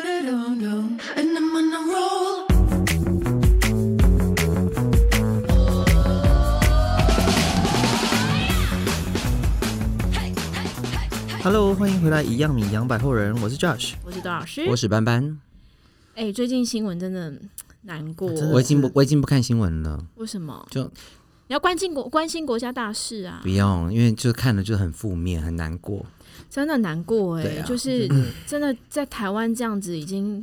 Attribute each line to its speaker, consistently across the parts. Speaker 1: And I'm on a roll.
Speaker 2: 哈喽，欢迎回来，一样米阳百后人，我是 Josh。
Speaker 3: 我是多老师。
Speaker 4: 我是斑斑，
Speaker 3: 哎、最近新闻真的嗯难过，
Speaker 2: 啊真的
Speaker 4: 我已经不我已经不看新闻了，
Speaker 3: 为什么？
Speaker 4: 就
Speaker 3: 你要关心国关心国家大事啊
Speaker 4: 不，用，因为就看了就很负面，很难 过。
Speaker 3: 真的难过哎、
Speaker 4: 对啊
Speaker 3: 就是
Speaker 2: 嗯
Speaker 3: 真的在台湾这样子已经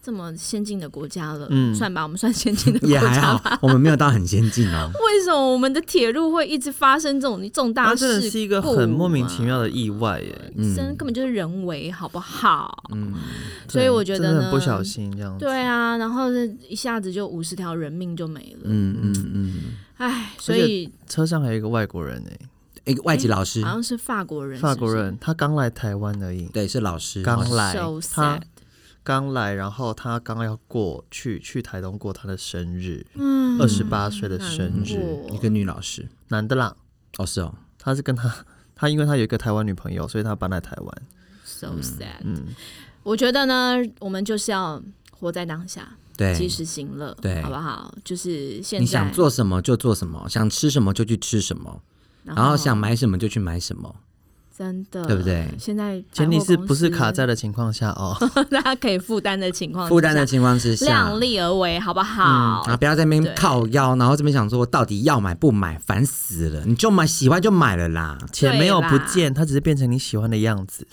Speaker 3: 这么先进的国家了，
Speaker 2: 嗯
Speaker 3: 算吧，我们 算先进的国
Speaker 4: 也还
Speaker 3: 家吧。
Speaker 4: 好，我们没有到很先进 哦。
Speaker 3: 为什么我们的铁路会一直发生这种重大
Speaker 2: 它
Speaker 3: 事
Speaker 2: 真
Speaker 3: 故、
Speaker 2: 的是一个很莫名其，妙的意外耶，
Speaker 4: 嗯
Speaker 3: 真根本就是人为，好不好？
Speaker 4: 嗯，
Speaker 3: 所以我觉
Speaker 2: 对真
Speaker 3: 得
Speaker 2: 的很
Speaker 3: 呢，
Speaker 2: 不小心这样子。
Speaker 3: 对啊，然后一下子就五十条人命就没了，
Speaker 4: 嗯嗯嗯，
Speaker 3: 哎、所以
Speaker 2: 车上还有一个外国人哎，
Speaker 4: 一个外籍老师
Speaker 3: 好，像是法国人，
Speaker 2: 法国
Speaker 3: 是不是
Speaker 2: 人，他刚来台湾而已，
Speaker 4: 对，是老师，
Speaker 2: 刚
Speaker 4: 哦
Speaker 2: 来
Speaker 3: So，sad
Speaker 2: 他刚来，然后他刚要过去去台东过他的生日，
Speaker 3: 嗯
Speaker 2: 二十八岁的生
Speaker 3: 难
Speaker 2: 日，
Speaker 3: 过
Speaker 4: 一个女老师。
Speaker 2: 男的啦，
Speaker 4: 哦，是哦，
Speaker 2: 他是跟他。他因为他有一个台湾女朋友，所以他搬来台湾。
Speaker 3: so sad。
Speaker 2: 嗯，
Speaker 3: 我觉得呢，我们就是要活在当下，
Speaker 4: 对，
Speaker 3: 及时行乐，
Speaker 4: 对
Speaker 3: 好不好？就是现在
Speaker 4: 你想，做什么就做什么，想吃什么就去吃什么，
Speaker 3: 然
Speaker 4: 然后想，买什么就去买什么。
Speaker 3: 真的
Speaker 4: 对不对
Speaker 3: 现在
Speaker 2: 前提是
Speaker 3: 百货公司
Speaker 2: 不是卡在的情况下哦？
Speaker 3: 大家可以负担的情况之下，
Speaker 4: 负担的情况之下
Speaker 3: 哦量，力而为，好不好
Speaker 4: 嗯，？啊，不要在那
Speaker 3: 对
Speaker 4: 边靠腰，然后这边想说到底要买不买，烦死了！你就买，喜欢就买 了啦。
Speaker 2: 钱没有
Speaker 3: 对
Speaker 2: 不
Speaker 3: 啦
Speaker 2: 见，他只是变成你喜欢的样子。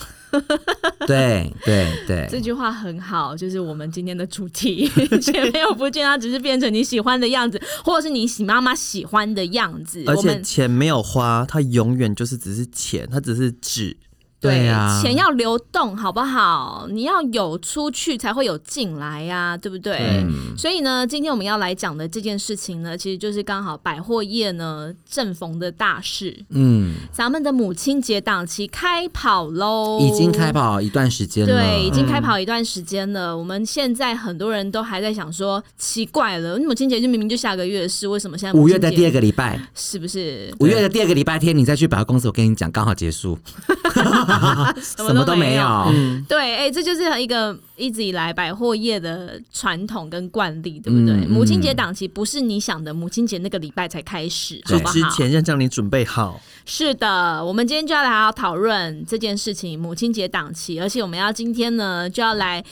Speaker 4: 对对
Speaker 3: 这
Speaker 4: 对，
Speaker 3: 句话很好，就是我们今天的主题。 前面有不见，它只是变成你喜欢的样子，或者是你喜妈妈喜欢的样子。
Speaker 2: 而
Speaker 3: 我
Speaker 2: 且
Speaker 3: 们
Speaker 2: 钱没有花，它永远就是只是钱，它只是纸。
Speaker 4: 对啊呀
Speaker 3: 钱要流动，好不好？你要有出去才会有进来呀、对不对？
Speaker 4: 嗯，
Speaker 3: 所以呢，今天我们要来讲的这件事情呢，其实就是刚好百货业呢正逢的大事，
Speaker 4: 嗯，
Speaker 3: 咱们的母亲节档期开跑喽，
Speaker 4: 已经开。跑嗯一段时间了，
Speaker 3: 对，已经开跑一段时间了。我们现在很多人都还在想说，奇怪了，母亲节就明明就下个月的事，为什么现在
Speaker 4: 五月的第二
Speaker 3: 个
Speaker 4: 个礼拜，
Speaker 3: 是不是
Speaker 4: 五月的第二个礼拜天，你再去百货公司，我跟你讲，刚好结束，什么都没有。
Speaker 2: 嗯，
Speaker 3: 对，哎、这就是一个一直以来百货业的传统跟惯例，对不对？
Speaker 4: 嗯
Speaker 3: 母亲节
Speaker 4: 嗯
Speaker 3: 档期不是你想的母亲节那个礼拜才开始，好
Speaker 4: 对
Speaker 3: 不好？
Speaker 2: 之前要叫你准备好，
Speaker 3: 是的，我们今天就要来好好讨论这件事情，母亲节档期，而且我们要今天呢就要来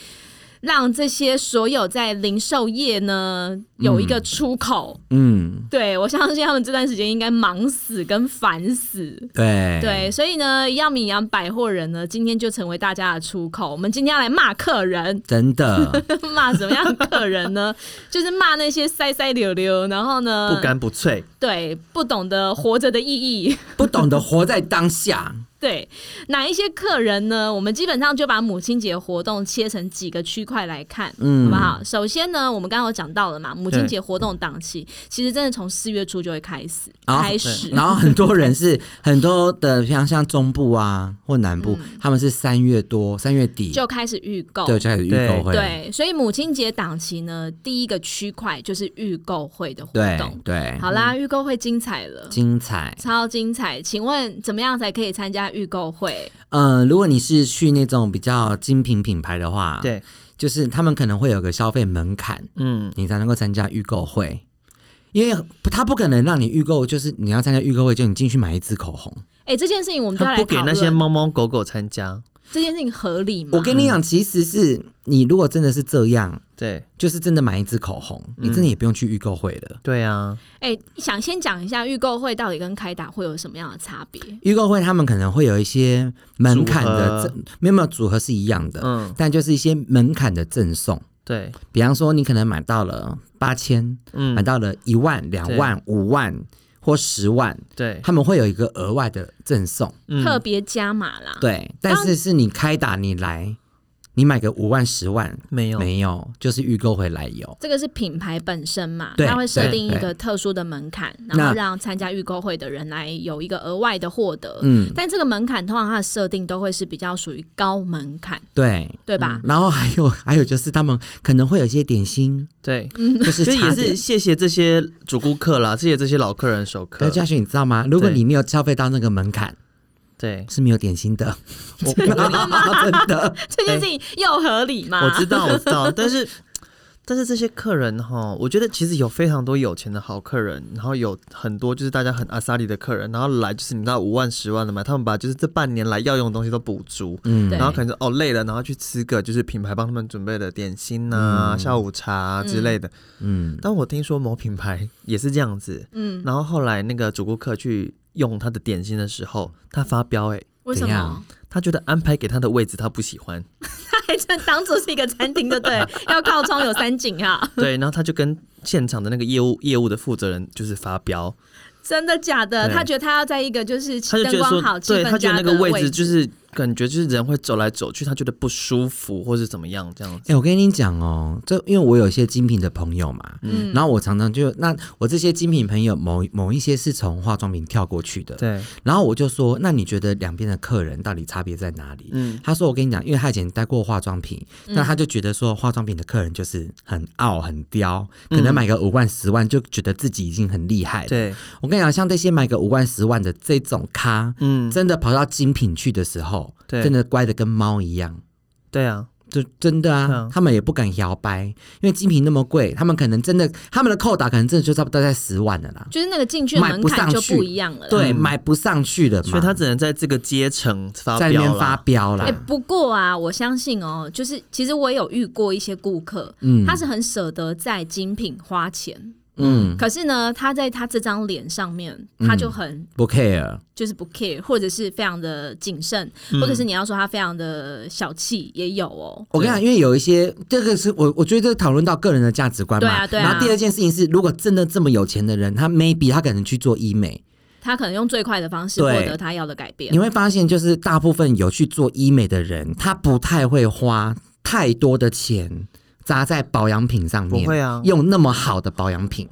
Speaker 3: 让这些所有在零售业呢有一个出口。
Speaker 4: 嗯，
Speaker 3: 对我相信他们这段时间应该忙死跟烦死。
Speaker 4: 对
Speaker 3: 对，所以呢，一样米阳百货人呢，今天就成为大家的出口。我们今天要来骂客人，
Speaker 4: 真的，
Speaker 3: 骂什么样的客人呢？ 就是骂那些塞塞溜溜，然后呢，
Speaker 2: 不干不脆。
Speaker 3: 对不懂得活着的意义，
Speaker 4: 不懂得活在当下，
Speaker 3: 对，哪一些客人呢？我们基本上就把母亲节活动切成几个区块来看，
Speaker 4: 嗯
Speaker 3: 好不好？首先呢，我们刚刚有讲到了嘛，母亲节活动档期其实真的从四月初就会开始，
Speaker 4: 啊
Speaker 3: 开始，
Speaker 4: 然后很多人是很多的，像像中部啊或南部，他们是三月多三月底
Speaker 3: 就开始预购。
Speaker 4: 对就开始预购会，
Speaker 3: 对，所以母亲节档期呢，第一个区块就是预购会的活
Speaker 4: 对
Speaker 3: 动。
Speaker 4: 对，
Speaker 3: 好啦，预购会精彩了，
Speaker 4: 精彩。
Speaker 3: 超精彩！请问怎么样才可以参加预购会？
Speaker 4: 呃，如果你是去那种比较精品品牌的话，，
Speaker 2: 对，
Speaker 4: 就是他们可能会有个消费门槛，
Speaker 2: 嗯，
Speaker 4: 你才能够参加预购会。因为不他不可能让你预购，就是你要参加预购会，就你进去买一支口红。
Speaker 3: 哎、这件事情我们就要
Speaker 2: 他
Speaker 3: 来
Speaker 2: 不给
Speaker 3: 讨
Speaker 2: 那些
Speaker 3: 论。
Speaker 2: 猫猫狗狗参加。
Speaker 3: 这件事情合理
Speaker 2: 嗯
Speaker 3: 吗？
Speaker 4: 我跟你讲，其实是你如果真的是这样，
Speaker 2: 对，
Speaker 4: 就是真的买一支口红，
Speaker 2: 嗯
Speaker 4: 你真的也不用去预购会了。
Speaker 2: 对啊，
Speaker 3: 哎、想先讲一下预购会到底跟开打会有什么样的差别？
Speaker 4: 预购会他们可能会有一些门槛的
Speaker 2: 组合
Speaker 4: 赠，没有没有组合是一样的，
Speaker 2: 嗯，
Speaker 4: 但就是一些门槛的赠送。
Speaker 2: 对，
Speaker 4: 比方说，你可能买到了八千，买
Speaker 2: 嗯，
Speaker 4: 到了一万、两万、五万或十万，
Speaker 2: 对，
Speaker 4: 他们会有一个额外的赠送。
Speaker 2: 嗯
Speaker 3: 特别加码啦，
Speaker 4: 对，但是是你开打你来，你买个五万、十万，
Speaker 2: 没有，
Speaker 4: 没有，就是预购回来有。
Speaker 3: 这个是品牌本身嘛，
Speaker 4: 对
Speaker 3: 它会设
Speaker 4: 对
Speaker 3: 定一
Speaker 4: 对
Speaker 3: 个特殊的门槛，
Speaker 4: 那
Speaker 3: 然后让参加预购会的人来有一个额外的获得。
Speaker 4: 嗯，
Speaker 3: 但这个门槛通常它的设定都会是比较属于高门槛，
Speaker 4: 对。嗯
Speaker 3: 对吧？
Speaker 4: 然后还有还有就是他们可能会有一些点心，
Speaker 2: 对，
Speaker 3: 嗯
Speaker 4: 就是
Speaker 2: 所以也
Speaker 4: 茶点
Speaker 2: 是谢谢这些主顾客啦，谢谢这些老客人熟
Speaker 4: 可
Speaker 2: 客
Speaker 4: 是。嘉勋，你知道吗？如果
Speaker 2: 对
Speaker 4: 你没有消费到那个门槛，
Speaker 2: 对，
Speaker 4: 是没有点心的， 真的。
Speaker 3: 这件事情又合理吗？
Speaker 2: 我知道，我知 道，但是但是这些客人哈，我觉得其实有非常多有钱的好客人，然后有很多就是大家很阿萨里的客人，然后来就是你知道五万十万的嘛，他们把就是这半年来要用的东西都补足。
Speaker 4: 嗯
Speaker 3: 对
Speaker 2: 然后可能就哦累了，然后去吃个就是品牌帮他们准备的点心呐、
Speaker 4: 嗯
Speaker 2: 下午茶、之类的。
Speaker 4: 嗯，
Speaker 2: 但我听说某品牌也是这样子，
Speaker 3: 嗯，
Speaker 2: 然后后来那个主顾客去用他的点心的时候，他发飙哎、
Speaker 3: 为什
Speaker 4: 怎
Speaker 3: 么
Speaker 4: 样？
Speaker 2: 他觉得安排给他的位置他不喜欢，
Speaker 3: 他还真 当做是一个餐厅，对不对？要靠窗有三 景啊，
Speaker 2: 对，然后他就跟现场的那个业务业务的负责人就是发飙，
Speaker 3: 真的假的？
Speaker 2: 对
Speaker 3: 他觉得他要在一个就是
Speaker 2: 他就觉
Speaker 3: 灯
Speaker 2: 得
Speaker 3: 光好、
Speaker 2: 说，
Speaker 3: 气
Speaker 2: 对他
Speaker 3: 氛
Speaker 2: 觉
Speaker 3: 佳
Speaker 2: 得那
Speaker 3: 的
Speaker 2: 个位置
Speaker 3: 置
Speaker 2: 就是感觉就是人会走来走去，他觉得不舒服或是怎么样这样
Speaker 4: 哎、
Speaker 2: 子，
Speaker 4: 我跟你讲哦，这因为我有一些精品的朋友嘛，
Speaker 3: 嗯
Speaker 4: 然后我常常就那我这些精品朋友某某一些是从化妆品跳过去的，
Speaker 2: 对，
Speaker 4: 然后我就说，那你觉得两边的客人到底差别在哪里？
Speaker 2: 嗯，
Speaker 4: 他说：“我跟你讲，因为他以前待过化妆品，那他就觉得说化妆品的客人就是很傲、很刁，可能买个五万、十万就觉得自己已经很厉害了。
Speaker 2: 对，
Speaker 4: 我跟你讲，像这些买个五万、十万的这种咖，
Speaker 2: 嗯，
Speaker 4: 真的跑到精品去的时候，
Speaker 2: 对
Speaker 4: 真的乖的跟猫一样。
Speaker 2: 对啊，
Speaker 4: 就真的啊，
Speaker 2: 嗯
Speaker 4: 他们也不敢摇摆，因为精品那么贵，他们可能真的，他们的扣打可能真的就差不多在十万了啦，嗯
Speaker 3: 就是那个进去的门槛就不一样了。
Speaker 4: 对，买不上去了嘛，
Speaker 2: 所以他只能在这个阶层发
Speaker 4: 在那
Speaker 2: 飙
Speaker 4: 边发
Speaker 2: 啦。
Speaker 4: 飙啦
Speaker 3: 哎、，不过啊，我相信哦，就是其实我有遇过一些顾客，
Speaker 4: 嗯
Speaker 3: 他是很舍得在精品花钱，
Speaker 4: 嗯，
Speaker 3: 可是呢，他在他这张脸上面，
Speaker 2: 嗯
Speaker 3: 他就很、
Speaker 4: 不 care，
Speaker 3: 就是不 care，或者是非常的谨慎，
Speaker 2: 嗯
Speaker 3: 或者是你要说他非常的小气也有哦。
Speaker 4: 我跟你讲，因为有一些这个是我我觉得讨论到个人的价值观嘛。
Speaker 3: 对啊对啊
Speaker 4: 然后第二件事情是，如果真的这么有钱的人，他 maybe 他可能去做医美，
Speaker 3: 他可能用最快的方式获
Speaker 4: 对
Speaker 3: 得他要的改变
Speaker 4: 你。会发现就是大部分有去做医美的人，他不太会花太多的钱砸在保养品上面。
Speaker 2: 不会啊
Speaker 4: 用那么好的保养品，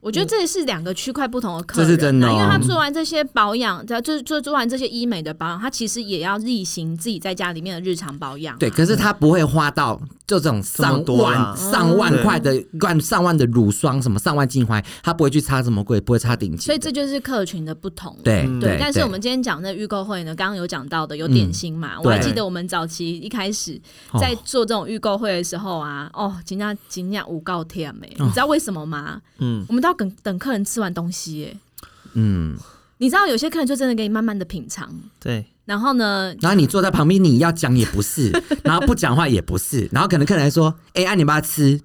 Speaker 3: 我觉得这是两个区块不同的客人、啊，
Speaker 4: 嗯这是真的哦
Speaker 3: 因为他做完这些保养，他就是做做完这些医美的保养，他其实也要例行自己在家里面的日常保养啊、
Speaker 4: 对，可是他不会花到就这种
Speaker 2: 嗯这
Speaker 4: 上
Speaker 2: 么多啦
Speaker 4: 万、上万
Speaker 2: 对
Speaker 4: 块的、万上万的乳霜，什么上万精华，他不会去擦这么贵，不会擦顶级的。
Speaker 3: 所以这就是客群的不同。
Speaker 4: 对
Speaker 2: 嗯
Speaker 3: 对
Speaker 4: 对，，
Speaker 3: 但是我们今天讲的预购会呢，刚刚有讲到的有点心嘛，
Speaker 4: 嗯
Speaker 3: 我还
Speaker 4: 对
Speaker 3: 记得我们早期一开始
Speaker 4: 哦
Speaker 3: 在做这种预购会的时候啊，哦，今天今天五告天没，
Speaker 4: 哦
Speaker 3: 你知道为什么吗？
Speaker 2: 嗯，
Speaker 3: 我们都要等等客人吃完东西耶，
Speaker 4: 嗯，
Speaker 3: 你知道有些客人就真的给你慢慢的品尝，
Speaker 2: 对，
Speaker 3: 然后呢，
Speaker 4: 然后你坐在旁边，你要讲也 不是，然后不讲话也不是，然后可能客人还说：“哎、啊，你把它吃。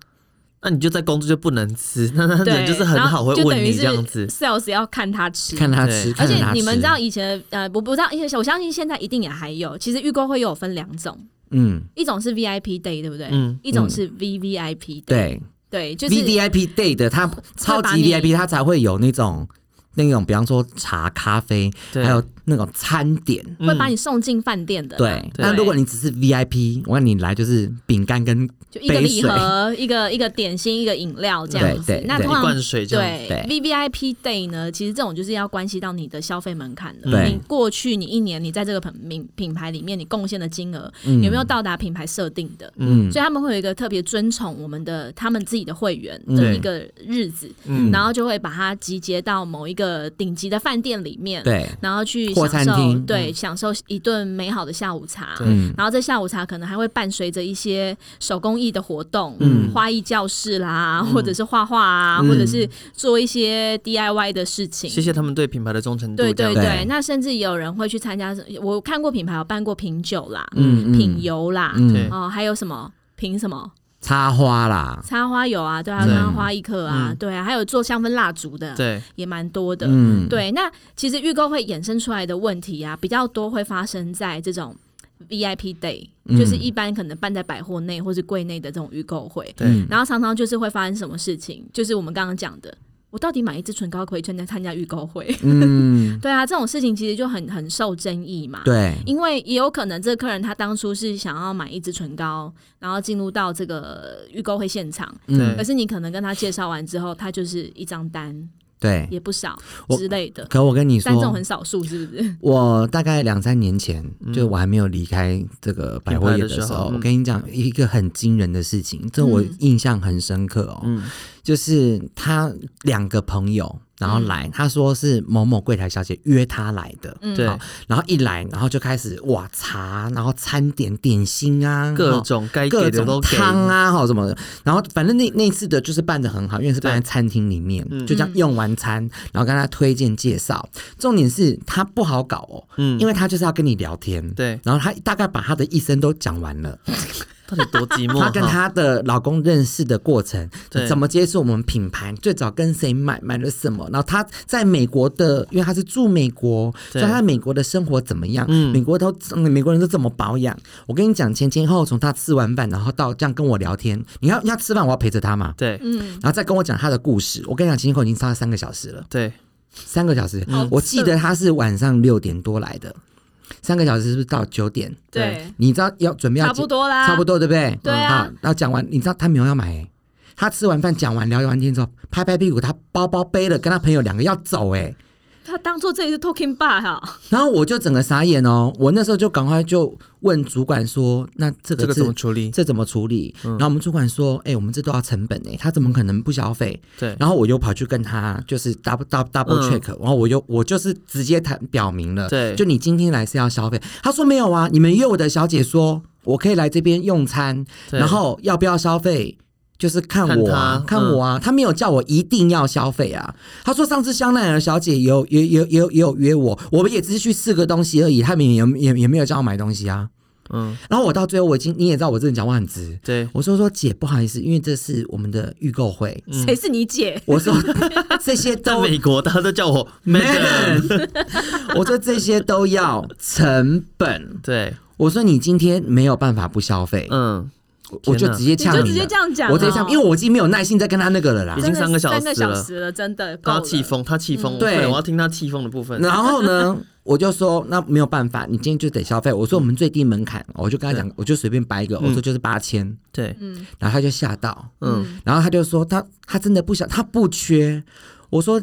Speaker 2: 那你就在工作就不能吃， 那那
Speaker 3: 对，
Speaker 2: 人就是很
Speaker 3: 然后
Speaker 2: 好会
Speaker 3: 就等
Speaker 2: 问
Speaker 3: 于
Speaker 2: 你
Speaker 3: 是
Speaker 2: 这样子，
Speaker 3: sales 要看他吃”。
Speaker 4: 看他吃，
Speaker 2: 对
Speaker 3: 而
Speaker 4: 看着
Speaker 3: 且
Speaker 4: 他吃
Speaker 3: 你们知道，以前的呃，我不知道，因为我相信现在一定也还有。其实预购会有分两种，
Speaker 4: 嗯，
Speaker 3: 一种是 VIP day，对不对？
Speaker 2: 嗯
Speaker 3: 一种是 VVIP day，、
Speaker 4: 对、
Speaker 3: 对，就是
Speaker 4: v v i p day 的，他超
Speaker 3: 把
Speaker 4: 级
Speaker 3: 你
Speaker 4: VIP，他才会有那种那种，比方说茶、咖啡，
Speaker 2: 对
Speaker 4: 还有那种餐点。
Speaker 3: 会
Speaker 2: 嗯
Speaker 3: 把你送进饭店的啦。
Speaker 4: 对，
Speaker 2: 对
Speaker 4: 那如果你只是 VIP，我让你来就是饼干跟
Speaker 3: 就一个礼
Speaker 4: 杯水
Speaker 3: 盒，一个一个点心，一个饮料这样子
Speaker 4: 对。对
Speaker 3: 那
Speaker 4: 对
Speaker 3: 通
Speaker 2: 一
Speaker 3: 常
Speaker 2: 罐水这样子。
Speaker 3: 对
Speaker 4: 对
Speaker 3: V V I P day 呢，其实这种就是要关系到你的消费门槛的。
Speaker 4: 对
Speaker 3: 你过去你一年你在这个品品品牌里面你贡献的金额、
Speaker 4: 嗯
Speaker 3: 有没有到达品牌设定的？
Speaker 4: 嗯
Speaker 3: 所以他们会有一个特别遵从我们的他们自己的会员
Speaker 4: 嗯
Speaker 3: 的一个日子，
Speaker 2: 嗯
Speaker 3: 然后就会把它集结到某一个顶级的饭店里面，
Speaker 4: 对，
Speaker 3: 然后去
Speaker 4: 或
Speaker 3: 享
Speaker 4: 餐
Speaker 3: 受
Speaker 4: 厅
Speaker 3: 对享受一顿美好的下午茶。
Speaker 2: 对
Speaker 4: 嗯
Speaker 3: 然后这下午茶可能还会伴随着一些手工艺的活动，
Speaker 4: 嗯
Speaker 3: 花艺教室啦，或者是画画啊，或者是做一些 DIY 的事情。
Speaker 2: 谢谢他们对品牌的忠诚度，
Speaker 3: 对
Speaker 2: 这样
Speaker 3: 对
Speaker 2: 子
Speaker 3: 对，
Speaker 4: 对
Speaker 3: 那甚至也有人会去参加，我看过品牌有办过品酒啦、
Speaker 4: 嗯
Speaker 3: 品油啦，
Speaker 2: 对
Speaker 3: 哦，还有什么品什么
Speaker 4: 插花啦，
Speaker 3: 插花油啊，对啊，
Speaker 2: 对
Speaker 3: 插花艺课啊，
Speaker 2: 嗯
Speaker 3: 对啊，还有做香氛蜡烛的，
Speaker 2: 对
Speaker 3: 也蛮多的。
Speaker 4: 嗯，
Speaker 3: 对，那其实预购会衍生出来的问题啊，比较多会发生在这种 VIP day，、就是
Speaker 2: 嗯
Speaker 3: 一般可能办在百货内或是柜内的这种预购会，
Speaker 4: 嗯
Speaker 2: 对
Speaker 3: 然后常常就是会发生什么事情，就是我们刚刚讲的，我到底买一支唇膏可以参加参加预购会？
Speaker 4: 嗯，
Speaker 3: 对啊，这种事情其实就很很受争议嘛。
Speaker 4: 对，
Speaker 3: 因为也有可能这个客人他当初是想要买一支唇膏，然后进入到这个预购会现场，
Speaker 4: 嗯
Speaker 2: 对
Speaker 3: 可是你可能跟他介绍完之后，他就是一张单
Speaker 4: 对。
Speaker 3: 也不少
Speaker 4: 我
Speaker 3: 之类的。
Speaker 4: 可我跟你说，
Speaker 3: 但这种很少数，是不是？
Speaker 4: 我大概两三年前，就我还没有离开这个百货业的时
Speaker 2: 嗯品牌的时
Speaker 4: 候
Speaker 2: 候，嗯嗯
Speaker 4: 我跟你讲一个很惊人的事情，这我印象很深刻哦，就是他两个朋友，然后来，
Speaker 2: 嗯
Speaker 4: 他说是某某柜台小姐约他来的，
Speaker 2: 对
Speaker 4: 好，然后一来，然后就开始哇茶，然后餐点点心啊，
Speaker 2: 各
Speaker 4: 好
Speaker 2: 种该
Speaker 4: 各
Speaker 2: 给的都
Speaker 4: 种
Speaker 2: 给
Speaker 4: 汤啊，好什么的，然后反正那那次的就是办的很好，因为是办在餐厅里面，就这样用完餐，然后跟他推荐介绍。重点是他不好搞哦，
Speaker 2: 嗯
Speaker 4: 因为他就是要跟你聊天，
Speaker 2: 对
Speaker 4: 然后他大概把他的一生都讲完了，
Speaker 2: 到底多
Speaker 3: 嗯
Speaker 2: 寂寞？
Speaker 4: 她跟
Speaker 2: 哈
Speaker 4: 她的老公认识的过程
Speaker 2: 对，
Speaker 4: 怎么接触我们品牌，最早跟谁买，买了什么，然后她在美国的，因为她是住美国，
Speaker 2: 对
Speaker 4: 所以她在美国的生活怎么样？
Speaker 2: 嗯
Speaker 4: 美国都嗯美国人都怎么保养？我跟你讲，前前后后从她吃完饭，然后到这样跟我聊天，你要要吃饭，我要陪着她嘛，
Speaker 2: 对
Speaker 3: 嗯，
Speaker 4: 然后再跟我讲她的故事。我跟你讲，前前后后已经超了三个小时了。
Speaker 2: 对，
Speaker 4: 三个小时，
Speaker 3: 嗯
Speaker 4: 我记得他是晚上六点多来的，三个小时是不是到九点？
Speaker 3: 对，
Speaker 4: 你知道要准备要
Speaker 3: 差不多啦
Speaker 4: 差不多对不对？嗯
Speaker 3: 对啊
Speaker 4: 好然后讲完，你知道他没有要买、欸，他吃完饭讲完聊完天之后，拍拍屁股，他包包背了，跟他朋友两个要走、欸，
Speaker 3: 他当做这里是 talking bar 哈，
Speaker 4: 然后我就整个傻眼哦，我那时候就赶快就问主管说，那这个
Speaker 2: 这个
Speaker 4: 是
Speaker 2: 怎么处理？嗯
Speaker 4: 这怎么处理？然后我们主管说：“哎、我们这都要成本哎、他怎么可能不消费？”
Speaker 2: 对
Speaker 4: 然后我又跑去跟他就是 double double double
Speaker 2: 嗯
Speaker 4: check，、然后我又我就是直接谈表明了，
Speaker 2: 对
Speaker 4: 就你今天来是要消费。他说没有啊，你们约我的小姐说我可以来这边用餐，
Speaker 2: 对
Speaker 4: 然后要不要消费？就是看
Speaker 2: 看
Speaker 4: 我啊，
Speaker 2: 他嗯
Speaker 4: 看我啊，他没有叫我一定要消费啊。他说上次香奈儿小姐也有也也也有也有约我，我们也只是去试个东西而已，他们也也也没有叫我买东西啊。
Speaker 2: 嗯，
Speaker 4: 然后我到最后，我已经你也知道我这人讲话很直，
Speaker 2: 对，
Speaker 4: 我说说姐不好意思，因为这是我们的预购会，
Speaker 2: 嗯
Speaker 3: 谁是你姐？
Speaker 4: 我说 这些
Speaker 2: 在
Speaker 4: 都
Speaker 2: 美国大家都叫我 madam，
Speaker 4: Madam 我说这些都要成本，
Speaker 2: 对，
Speaker 4: 我说你今天没有办法不消费，
Speaker 2: 嗯，
Speaker 4: 我
Speaker 2: 天
Speaker 4: 就
Speaker 2: 哪
Speaker 4: 直接
Speaker 3: 你
Speaker 4: 呛
Speaker 3: 就
Speaker 4: 了
Speaker 3: 直接这样讲哦，
Speaker 4: 我直接呛，因为我已经没有耐心再跟他那个了啦
Speaker 2: 已。经三个小时了
Speaker 3: 三个小时了，真的够
Speaker 2: 他
Speaker 3: 了。
Speaker 2: 气疯，他气疯，我
Speaker 4: 对
Speaker 2: 快点我要听他气疯的部分。
Speaker 4: 然后呢， 我就说那没有办法，你今天就得消费。我说我们最低门槛，我就跟他讲，我就随便掰
Speaker 2: 嗯
Speaker 4: 一个，我说就是八千，
Speaker 2: 对，
Speaker 4: 然后他就吓到，
Speaker 2: 嗯，
Speaker 4: 然后他就说他他真的不想，他不缺。我说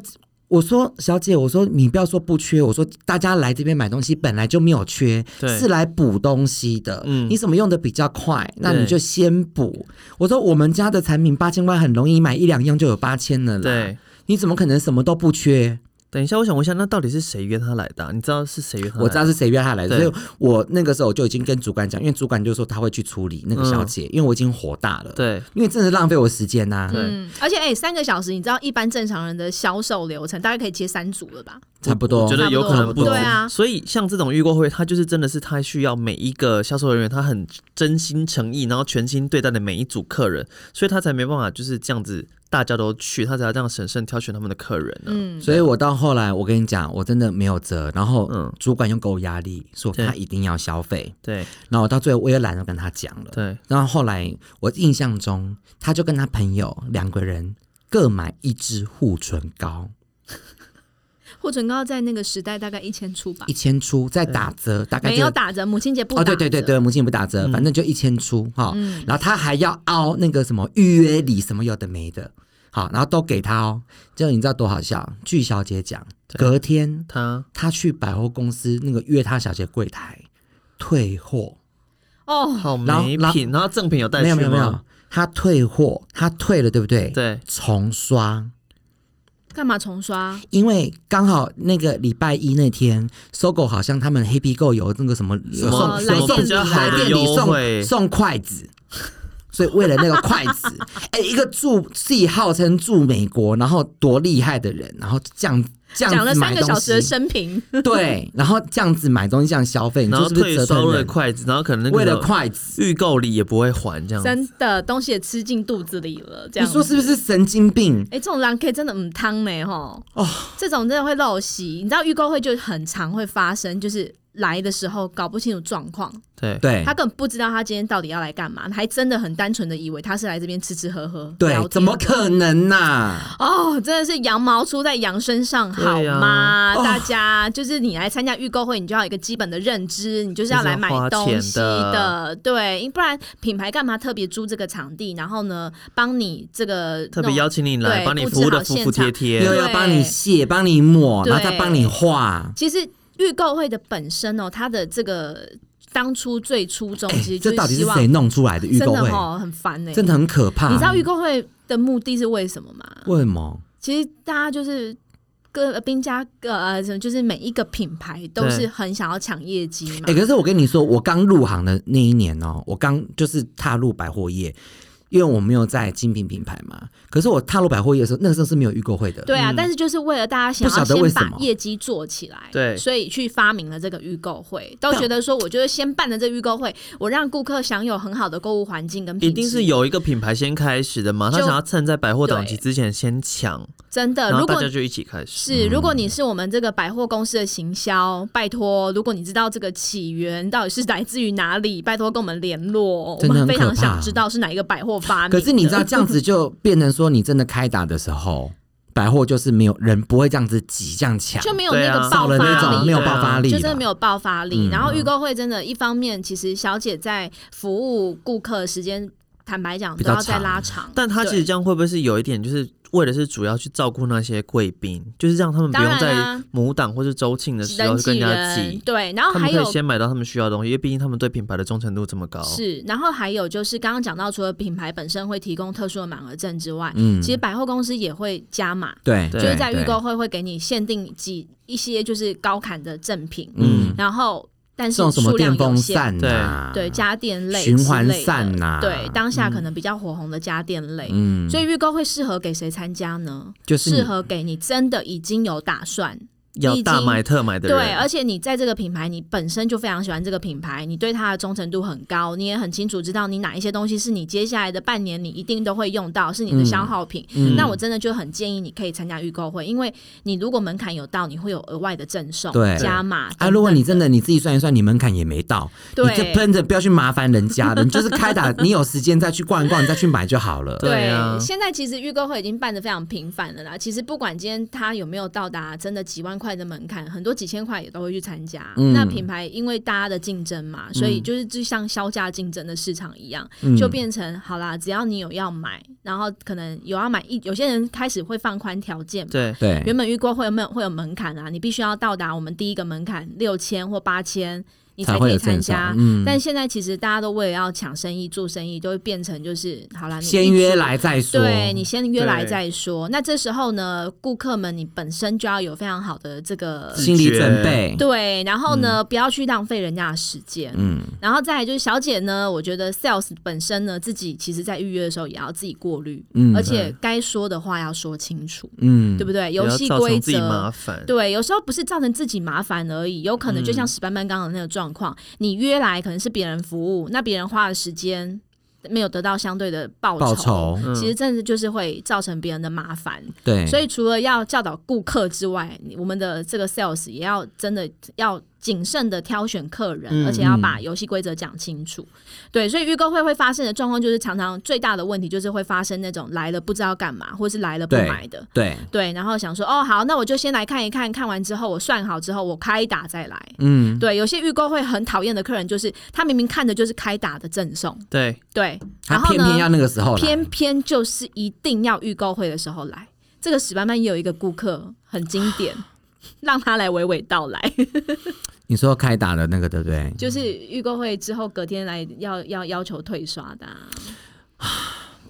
Speaker 4: 我说小姐，我说你不要说不缺，我说大家来这边买东西本来就没有缺，
Speaker 2: 对
Speaker 4: 是来补东西的。
Speaker 2: 嗯
Speaker 4: 你怎么用的比较快，那
Speaker 2: 对
Speaker 4: 你就先补。我说我们家的产品八千块很容易买一两样就有八千了啦。
Speaker 2: 对，。
Speaker 4: 你怎么可能什么都不缺？
Speaker 2: 等一下，我想问一下，那到底是谁约他来的啊？你知道是谁约他来的？
Speaker 4: 我知道是谁约他来的，
Speaker 2: 对
Speaker 4: 所以我那个时候我就已经跟主管讲，因为主管就说他会去处理那个小姐，因为我已经火大了。。
Speaker 2: 嗯对，
Speaker 4: 因为真的浪费我时间呐、
Speaker 2: 对
Speaker 3: 嗯，而且哎、三个小时，你知道一般正常人的销售流程大概可以切三组了吧？
Speaker 4: 差不多。
Speaker 2: 我觉得有可能不止。
Speaker 3: 对啊
Speaker 2: 所以像这种预购会，他就是真的是他需要每一个销售人员，他很真心诚意，然后全心对待的每一组客人，所以他才没办法就是这样子大家都去，他才要这样审慎挑选他们的客人呢、
Speaker 3: 嗯，
Speaker 4: 所以我到后来，我跟你讲，我真的没有辙。然
Speaker 2: 嗯
Speaker 4: 后主管又给我压力，说
Speaker 2: 对
Speaker 4: 他一定要消费。
Speaker 2: 对
Speaker 4: 然后我到最后我也懒得跟他讲了。
Speaker 2: 对，
Speaker 4: 然后后来我印象中，他就跟他朋友两个人各买一支护唇膏，
Speaker 3: 护唇膏在那个时代大概一千出吧
Speaker 4: 一，千出，再打折，大概
Speaker 3: 没
Speaker 4: 就
Speaker 3: 有打折，母亲节不打
Speaker 4: 哦，
Speaker 3: 折。
Speaker 4: 对对对对，母亲也不打折，反正就一千出哈。
Speaker 3: 嗯
Speaker 4: 然后他还要凹那个什么预约礼什么有的没的，好，然后都给他哦。就你知道多好笑？据小姐讲，隔天
Speaker 2: 他
Speaker 4: 他去百货公司那个约他小姐柜台退货，
Speaker 3: 哦，
Speaker 2: 好
Speaker 4: 然后
Speaker 2: 没
Speaker 4: 然后
Speaker 2: 品，然后赠品有带去
Speaker 4: 没有
Speaker 2: 吗？
Speaker 4: 没有没有，他退货，他退了对不对？，
Speaker 2: 对，
Speaker 4: 重刷，
Speaker 3: 干嘛重刷？
Speaker 4: 因为刚好那个礼拜一那天，搜狗好像他们黑皮购有那个什么
Speaker 2: 什么
Speaker 4: 送
Speaker 2: 什
Speaker 3: 来
Speaker 2: 么
Speaker 4: 送
Speaker 2: 比
Speaker 3: 电
Speaker 2: 较
Speaker 3: 礼
Speaker 2: 好
Speaker 4: 来
Speaker 3: 啦
Speaker 2: 的
Speaker 4: 店
Speaker 2: 优
Speaker 4: 里
Speaker 2: 惠
Speaker 4: 送？送筷子。所以为了那个筷子， 哎、一个住自己号称住美国，然后多厉害的人，然后这样这样
Speaker 3: 讲了
Speaker 4: 子买
Speaker 3: 三个小
Speaker 4: 东
Speaker 3: 时的
Speaker 4: 西，嗯
Speaker 3: 生平，
Speaker 4: 对，然后这样子买东西这样消费，你
Speaker 2: 然后
Speaker 4: 就是不
Speaker 2: 退
Speaker 4: 是折
Speaker 2: 收
Speaker 4: 腾
Speaker 2: 了
Speaker 4: 人？
Speaker 2: 筷子，然后可能那个
Speaker 4: 为了筷子，
Speaker 2: 预购礼也不会还这样子。
Speaker 3: 真的东西也吃进肚子里了。这
Speaker 4: 你
Speaker 3: 样
Speaker 4: 说是不是神经病？
Speaker 3: 哎、这种狼 K 真的嗯汤呢吼，
Speaker 4: 哦
Speaker 3: 这种真的会陋习。你知道预购会就很常会发生，就是来的时候搞不清楚状况，
Speaker 2: 对
Speaker 4: 对
Speaker 3: 他，根本不知道他今天到底要来干嘛，还真的很单纯的以为他是来这边吃吃喝喝。聊
Speaker 4: 对，
Speaker 3: 天
Speaker 4: 怎么可能呐、
Speaker 3: 哦，真的是羊毛出在羊身上，好
Speaker 2: 对呀
Speaker 3: 吗？
Speaker 4: 哦
Speaker 3: 大家就是你来参加预购会，你就要有一个基本的认知，你就是要来买东西
Speaker 2: 就是要花钱的
Speaker 3: 对，因不然品牌干嘛特别租这个场地，然后呢，帮你这个
Speaker 2: 特别
Speaker 3: 弄
Speaker 2: 邀请你来，
Speaker 3: 对
Speaker 2: 帮你
Speaker 3: 布置
Speaker 2: 服务的
Speaker 3: 好
Speaker 2: 服
Speaker 3: 现
Speaker 2: 服帖
Speaker 3: 场
Speaker 2: 帖，
Speaker 4: 又要帮你卸，帮你抹，
Speaker 3: 对
Speaker 4: 然后再帮你画。
Speaker 3: 其实预购会的本身哦，它的这个当初最初衷
Speaker 4: 哎
Speaker 3: 哦其实就
Speaker 4: 这到底
Speaker 3: 希
Speaker 4: 是
Speaker 3: 望
Speaker 4: 谁弄出来的预
Speaker 3: 真
Speaker 4: 购
Speaker 3: 的
Speaker 4: 会？
Speaker 3: 哦，很烦呢、
Speaker 4: 真的很可怕。
Speaker 3: 你知道预购会的目的是为什么吗？
Speaker 4: 为什么？
Speaker 3: 其实大家就是各兵家各呃，什么就是每一个品牌都
Speaker 2: 对
Speaker 3: 是很想要抢业绩嘛
Speaker 4: 哎、。可是我跟你说，我刚入行的那一年哦，我刚就是踏入百货业，因为我没有在精品品牌嘛。可是我踏入百货业的时候，那个时候是没有预购会的。
Speaker 3: 对啊，但是就是为了大家想
Speaker 4: 嗯不晓
Speaker 3: 要
Speaker 4: 得为
Speaker 3: 先
Speaker 4: 什
Speaker 3: 把
Speaker 4: 么
Speaker 3: 业绩做起来，
Speaker 2: 对
Speaker 3: 所以去发明了这个预购会，都觉得说，我就是先办了这预购会，我让顾客享有很好的购物环境跟品
Speaker 2: 一
Speaker 3: 质，
Speaker 2: 定是有一个品牌先开始的嘛，他
Speaker 3: 就
Speaker 2: 想要趁在百货档期
Speaker 3: 对
Speaker 2: 之前先抢，
Speaker 3: 真的。
Speaker 2: 然后
Speaker 3: 如
Speaker 2: 大
Speaker 3: 果
Speaker 2: 家就一起开始。
Speaker 4: 嗯
Speaker 3: 是，如果你是我们这个百货公司的行销，拜托，如果你知道这个起源到底是来自于哪里，拜托跟我们联络，我
Speaker 4: 真的
Speaker 3: 们
Speaker 4: 很
Speaker 3: 非
Speaker 4: 可
Speaker 3: 常想
Speaker 4: 怕
Speaker 3: 知道是哪一个百货发明的。
Speaker 4: 可是你知道，这样子就变成说，你真的开打的 时候，百货就是没有人不会这样子挤这样抢，
Speaker 3: 就没有
Speaker 2: 对
Speaker 3: 那
Speaker 2: 啊
Speaker 3: 个
Speaker 4: 少
Speaker 3: 爆
Speaker 4: 了那
Speaker 3: 发
Speaker 4: 种
Speaker 3: 力，
Speaker 4: 没有
Speaker 2: 对啊
Speaker 4: 爆发力，
Speaker 3: 就真的没
Speaker 4: 有。
Speaker 3: 有爆发力。
Speaker 4: 嗯
Speaker 3: 然后预购会真的，一方面其实小姐在服务顾客的时间，坦白讲
Speaker 4: 比
Speaker 3: 都
Speaker 4: 较
Speaker 3: 要再
Speaker 4: 长啊
Speaker 3: 拉长。
Speaker 2: 但他其实
Speaker 3: 对
Speaker 2: 这样会不会是有一点，就是为的是主要去照顾那些贵宾，就是让他们不
Speaker 3: 当
Speaker 2: 用
Speaker 3: 然
Speaker 2: 在
Speaker 3: 啊
Speaker 2: 母档或是周庆的时候
Speaker 3: 人
Speaker 2: 就跟
Speaker 3: 挤
Speaker 2: 人家挤
Speaker 3: 人，，对，然后
Speaker 2: 他
Speaker 3: 还
Speaker 2: 们可
Speaker 3: 有
Speaker 2: 以先买到他们需要的东西，因为毕竟他们对品牌的忠诚度这么高。
Speaker 3: 是，然后还有就是刚刚讲到，除了品牌本身会提供特殊的满额赠之外，
Speaker 4: 嗯
Speaker 3: 其实百货公司也会加码。
Speaker 4: 对，
Speaker 2: 就
Speaker 3: 就是
Speaker 2: 对
Speaker 3: 在预购会会给你限定几一些就是高砍的赠品，
Speaker 4: 嗯
Speaker 3: 然后但是
Speaker 4: 送什么
Speaker 3: 数
Speaker 4: 电
Speaker 3: 量有
Speaker 4: 风
Speaker 3: 限，
Speaker 4: 扇呐、
Speaker 3: 对家电类
Speaker 4: 啊循
Speaker 3: 之
Speaker 4: 环
Speaker 3: 类的
Speaker 4: 扇呐
Speaker 3: 对当下可能比较火红的家电类，
Speaker 4: 嗯，
Speaker 3: 所以预购会适合给谁参加呢？
Speaker 4: 就是
Speaker 3: 适
Speaker 4: 你
Speaker 3: 合给你真的已经有打算。
Speaker 2: 要大买特买的人，
Speaker 3: 对，而且你在这个品牌，你本身就非常喜欢这个品牌，你对它的忠诚度很高，你也很清楚知道你哪一些东西是你接下来的半年你一定都会用到，是你的消耗品。
Speaker 4: 嗯
Speaker 3: 那我真的就很建议你可以参加预购会，因为你如果门槛有到，你会有额外的赠送、
Speaker 4: 对
Speaker 3: 加码。
Speaker 4: 啊，如果你真
Speaker 3: 的
Speaker 4: 的你自己算一算，你门槛也没到，你
Speaker 3: 对
Speaker 4: 就喷着不要去麻烦人家了，你就是开打，你有时间再去逛一逛，你再去买就好了。
Speaker 2: 对啊
Speaker 3: 现在其实预购会已经办得非常频繁了啦。其实不管今天它有没有到达真的几万块的门槛，很多几千块也都会去参加。
Speaker 4: 嗯
Speaker 3: 那品牌因为大家的竞争嘛，所以就是就像销价竞争的市场一样，
Speaker 4: 嗯
Speaker 3: 就变成好啦，只要你有要买，然后可能有要买一，有些人开始会放宽条件嘛。
Speaker 2: 对
Speaker 4: 对
Speaker 3: 原本预购会有没有会有门槛啊？你必须要到达我们第一个门槛六千或八千，你
Speaker 4: 才
Speaker 3: 可
Speaker 4: 会
Speaker 3: 以
Speaker 4: 有
Speaker 3: 参
Speaker 4: 赠送
Speaker 3: 加。。
Speaker 4: 嗯，
Speaker 3: 但现在其实大家都为了要抢生意、做生意，都会变成就是好啦，你
Speaker 4: 先
Speaker 3: 一
Speaker 4: 约
Speaker 3: 出
Speaker 4: 来再说。
Speaker 3: 对你先约来
Speaker 2: 对
Speaker 3: 再说。那这时候呢，顾客们你本身就要有非常好的这个
Speaker 4: 心理准备。
Speaker 3: 对，然后
Speaker 2: 嗯
Speaker 3: 呢，不要去浪费人家的时间。
Speaker 4: 嗯，
Speaker 3: 然后再来就是小姐呢，我觉得 sales 本身呢，自己其实在预约的时候也要自己过滤，
Speaker 4: 嗯
Speaker 3: 而且该说的话要说清楚，
Speaker 4: 嗯，
Speaker 3: 对不对？
Speaker 2: 不
Speaker 3: 游
Speaker 2: 要
Speaker 3: 戏
Speaker 2: 造
Speaker 3: 规
Speaker 2: 成自己
Speaker 3: 则
Speaker 2: 麻。烦。
Speaker 3: 对，有时候不是造成自己麻烦而已，有可能就像史班班刚刚的那个状况，你约来可能是别人服务，那别人花了时间没有得到相对的报酬，
Speaker 4: 报酬哎
Speaker 2: 嗯
Speaker 3: 其实真的就是会造成别人的麻烦。
Speaker 4: 对，
Speaker 3: 所
Speaker 4: 以
Speaker 3: 以除了要教导顾客之外，你我们的这个 sales 也要真的要谨慎的挑选客人，
Speaker 2: 嗯
Speaker 3: 而且要把游戏规则讲清楚。对，所以预购会会发生的状况就是，常常最大的问题就是会发生那种来了不知道干嘛，或是来了不
Speaker 4: 对
Speaker 3: 买的。
Speaker 4: 对，
Speaker 3: 对，然后想说哦好，那我就先来看一看，看完之后我算好之后我开打再来。
Speaker 4: 嗯，
Speaker 3: 对，有些预购会很讨厌的客人就是他明明看的就是开打的赠送，
Speaker 2: 对，
Speaker 3: 对，然
Speaker 4: 他
Speaker 3: 后
Speaker 4: 偏
Speaker 3: 呢
Speaker 4: 偏要那个时候来
Speaker 3: 偏偏就是一定要预购会的时候来。这个史班班也有一个顾客很经典，让他来娓娓道 来，
Speaker 4: 你说开打的那个，对不对？
Speaker 3: 就是预购会之后隔天来要要要求退刷的、啊。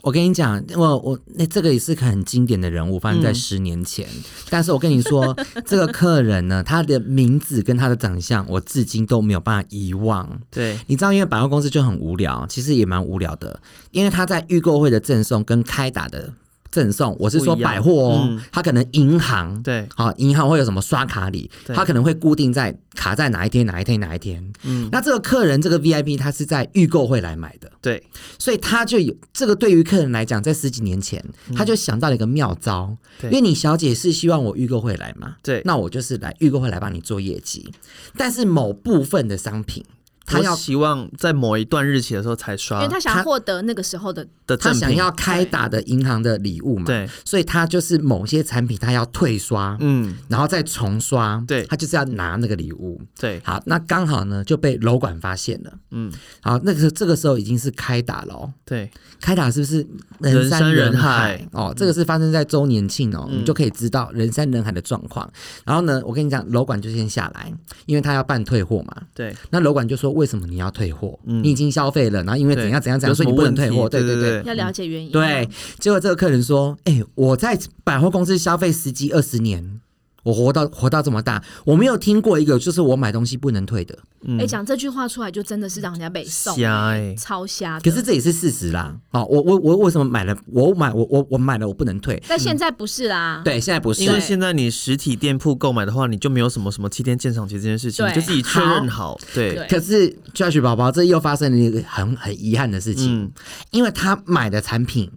Speaker 4: 我跟你讲，我我那这个也是个很经典的人物，发生
Speaker 3: 嗯
Speaker 4: 在十年前。但是我跟 你说，这个客人呢，他的名字跟他的长相，我至今都没有办法遗忘。
Speaker 2: 对，
Speaker 4: 你知道，因为百货公司就很无聊，其实也蛮无聊的，因为他在预购会的赠送跟开打的赠送，我是说
Speaker 2: 不一样
Speaker 4: 百货哦，
Speaker 2: 嗯
Speaker 4: 他可能银行
Speaker 2: 对
Speaker 4: 好、银行会有什么刷卡礼，
Speaker 2: 对
Speaker 4: 他可能会固定在卡在哪一天哪一天哪一天。嗯，那这个客人这个 VIP 他是在预购会来买的，
Speaker 2: 对，
Speaker 4: 所以他就有这个对于客人来讲，在十几年前、他就想到了一个妙招，
Speaker 2: 嗯对
Speaker 4: 因为你小姐是希望我预购会来嘛，
Speaker 2: 对
Speaker 4: 那我就是来预购会来帮你做业绩，但是某部分的商品。他
Speaker 2: 我
Speaker 4: 要
Speaker 2: 希望在某一段日期的时候才
Speaker 3: 因
Speaker 2: 刷
Speaker 3: 为他想
Speaker 4: 啊他
Speaker 3: 要获得那个时候的，
Speaker 2: 的
Speaker 4: 他
Speaker 2: 赠
Speaker 4: 想
Speaker 2: 品，
Speaker 4: 要开打的银行的礼物嘛，
Speaker 2: 对，
Speaker 4: 所以他就是某些产品他要退刷，
Speaker 2: 嗯，
Speaker 4: 然后再重刷，
Speaker 2: 对
Speaker 4: 他就是要拿那个礼物。
Speaker 2: 对，
Speaker 4: 好，那刚好呢就被楼管发现了，
Speaker 2: 嗯，
Speaker 4: 好，那个时候这个时候已经是开打了哦，
Speaker 2: 对，
Speaker 4: 开打是不是
Speaker 2: 人山
Speaker 4: 山
Speaker 2: 人
Speaker 4: 海
Speaker 2: 海嗯
Speaker 4: 哦？这个是发生在周年庆哦，你就可以知道人山人海的状况。然后呢，我跟你讲，楼管就先下来，因为他要办退货嘛。
Speaker 2: 对，
Speaker 4: 那楼管就说：“为什么你要退货？你已经消费了，然后因为
Speaker 2: 嗯对
Speaker 4: 怎样怎样怎样，
Speaker 2: 有
Speaker 4: 所
Speaker 2: 什
Speaker 4: 以
Speaker 2: 么
Speaker 4: 你不能
Speaker 2: 问题？
Speaker 4: 退货。”
Speaker 2: 对
Speaker 4: 对对
Speaker 2: 对，
Speaker 3: 要了解原因。啊
Speaker 4: 哎对，结果这个客人说：“哎、我在百货公司消费十几二十年，我活到活到这么大，我没有听过一个就是我买东西不能退的，
Speaker 3: 哎、讲这句话出来就真的是让人家被送、
Speaker 2: 瞎欸
Speaker 3: 超瞎的。
Speaker 4: 可是这也是事实啦。哦，我我我为什么买了？我买我我我买了我不能退？
Speaker 3: 但现在不是啦，
Speaker 4: 嗯对，现在不是
Speaker 2: 因为现在你实体店铺购买的话，你就没有什么什么七天鉴赏期这件事情，
Speaker 3: 对
Speaker 2: 你就自己确认好。对，
Speaker 3: 对
Speaker 4: 可是 Josh 宝宝，这又发生了一个很很遗憾的事情，
Speaker 2: 嗯，
Speaker 4: 因为他买的产品，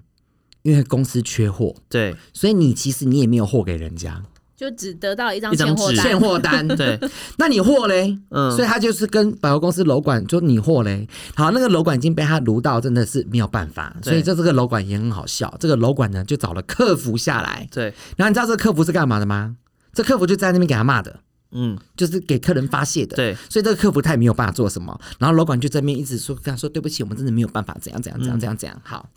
Speaker 4: 因为公司缺货，
Speaker 2: 对，
Speaker 4: 所以你其实你也没有货给人家，
Speaker 3: 就只得到一张
Speaker 2: 一张
Speaker 3: 现货
Speaker 2: 纸
Speaker 3: 单
Speaker 4: 欠。货单。
Speaker 2: 对，
Speaker 4: 那你货嘞？
Speaker 2: 嗯
Speaker 4: 所以他就是跟百货公司楼管说你货嘞。好，那个楼管已经被他撸到，真的是没有办法。
Speaker 2: 对
Speaker 4: 所以这这个楼管也很好笑，这个楼管呢就找了客服下来，
Speaker 2: 对，
Speaker 4: 然后你知道这个客服是干嘛的吗？这客服就在那边给他骂的，
Speaker 2: 嗯，
Speaker 4: 就是给客人发泄的。
Speaker 2: 对，
Speaker 4: 所以这个客服他也没有办法做什么。然后楼管就这边一直说跟他说对不起，我们真的没有办法，怎样怎样怎样怎样
Speaker 2: 嗯
Speaker 4: 怎样。好，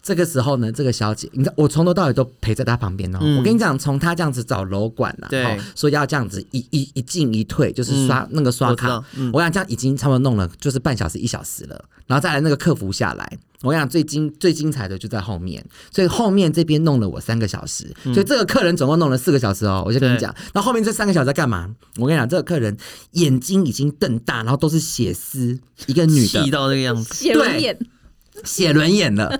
Speaker 4: 这个时候呢，这个小姐，你知道我从头到尾都陪在她旁边哦。
Speaker 2: 嗯
Speaker 4: 我跟你讲，从她这样子找楼管啦，
Speaker 2: 对
Speaker 4: 哦说要这样子一一一进一退，就是刷、那个刷
Speaker 2: 我知
Speaker 4: 卡
Speaker 2: 道。嗯
Speaker 4: 我想这样已经差不多弄了，就是半小时一小时了。然后再来那个客服下来。我想最精最精彩的就在后面，所以后面这边弄了我三个小时，所以这个客人总共弄了四个小时哦。我就跟你
Speaker 2: 嗯对
Speaker 4: 讲，那后面这三个小时在干嘛？我跟你讲，这个客人眼睛已经瞪大，然后都是血丝，一个 女
Speaker 2: 气
Speaker 4: 的
Speaker 2: 到那个样子，
Speaker 3: 写轮眼，
Speaker 4: 血轮眼 了。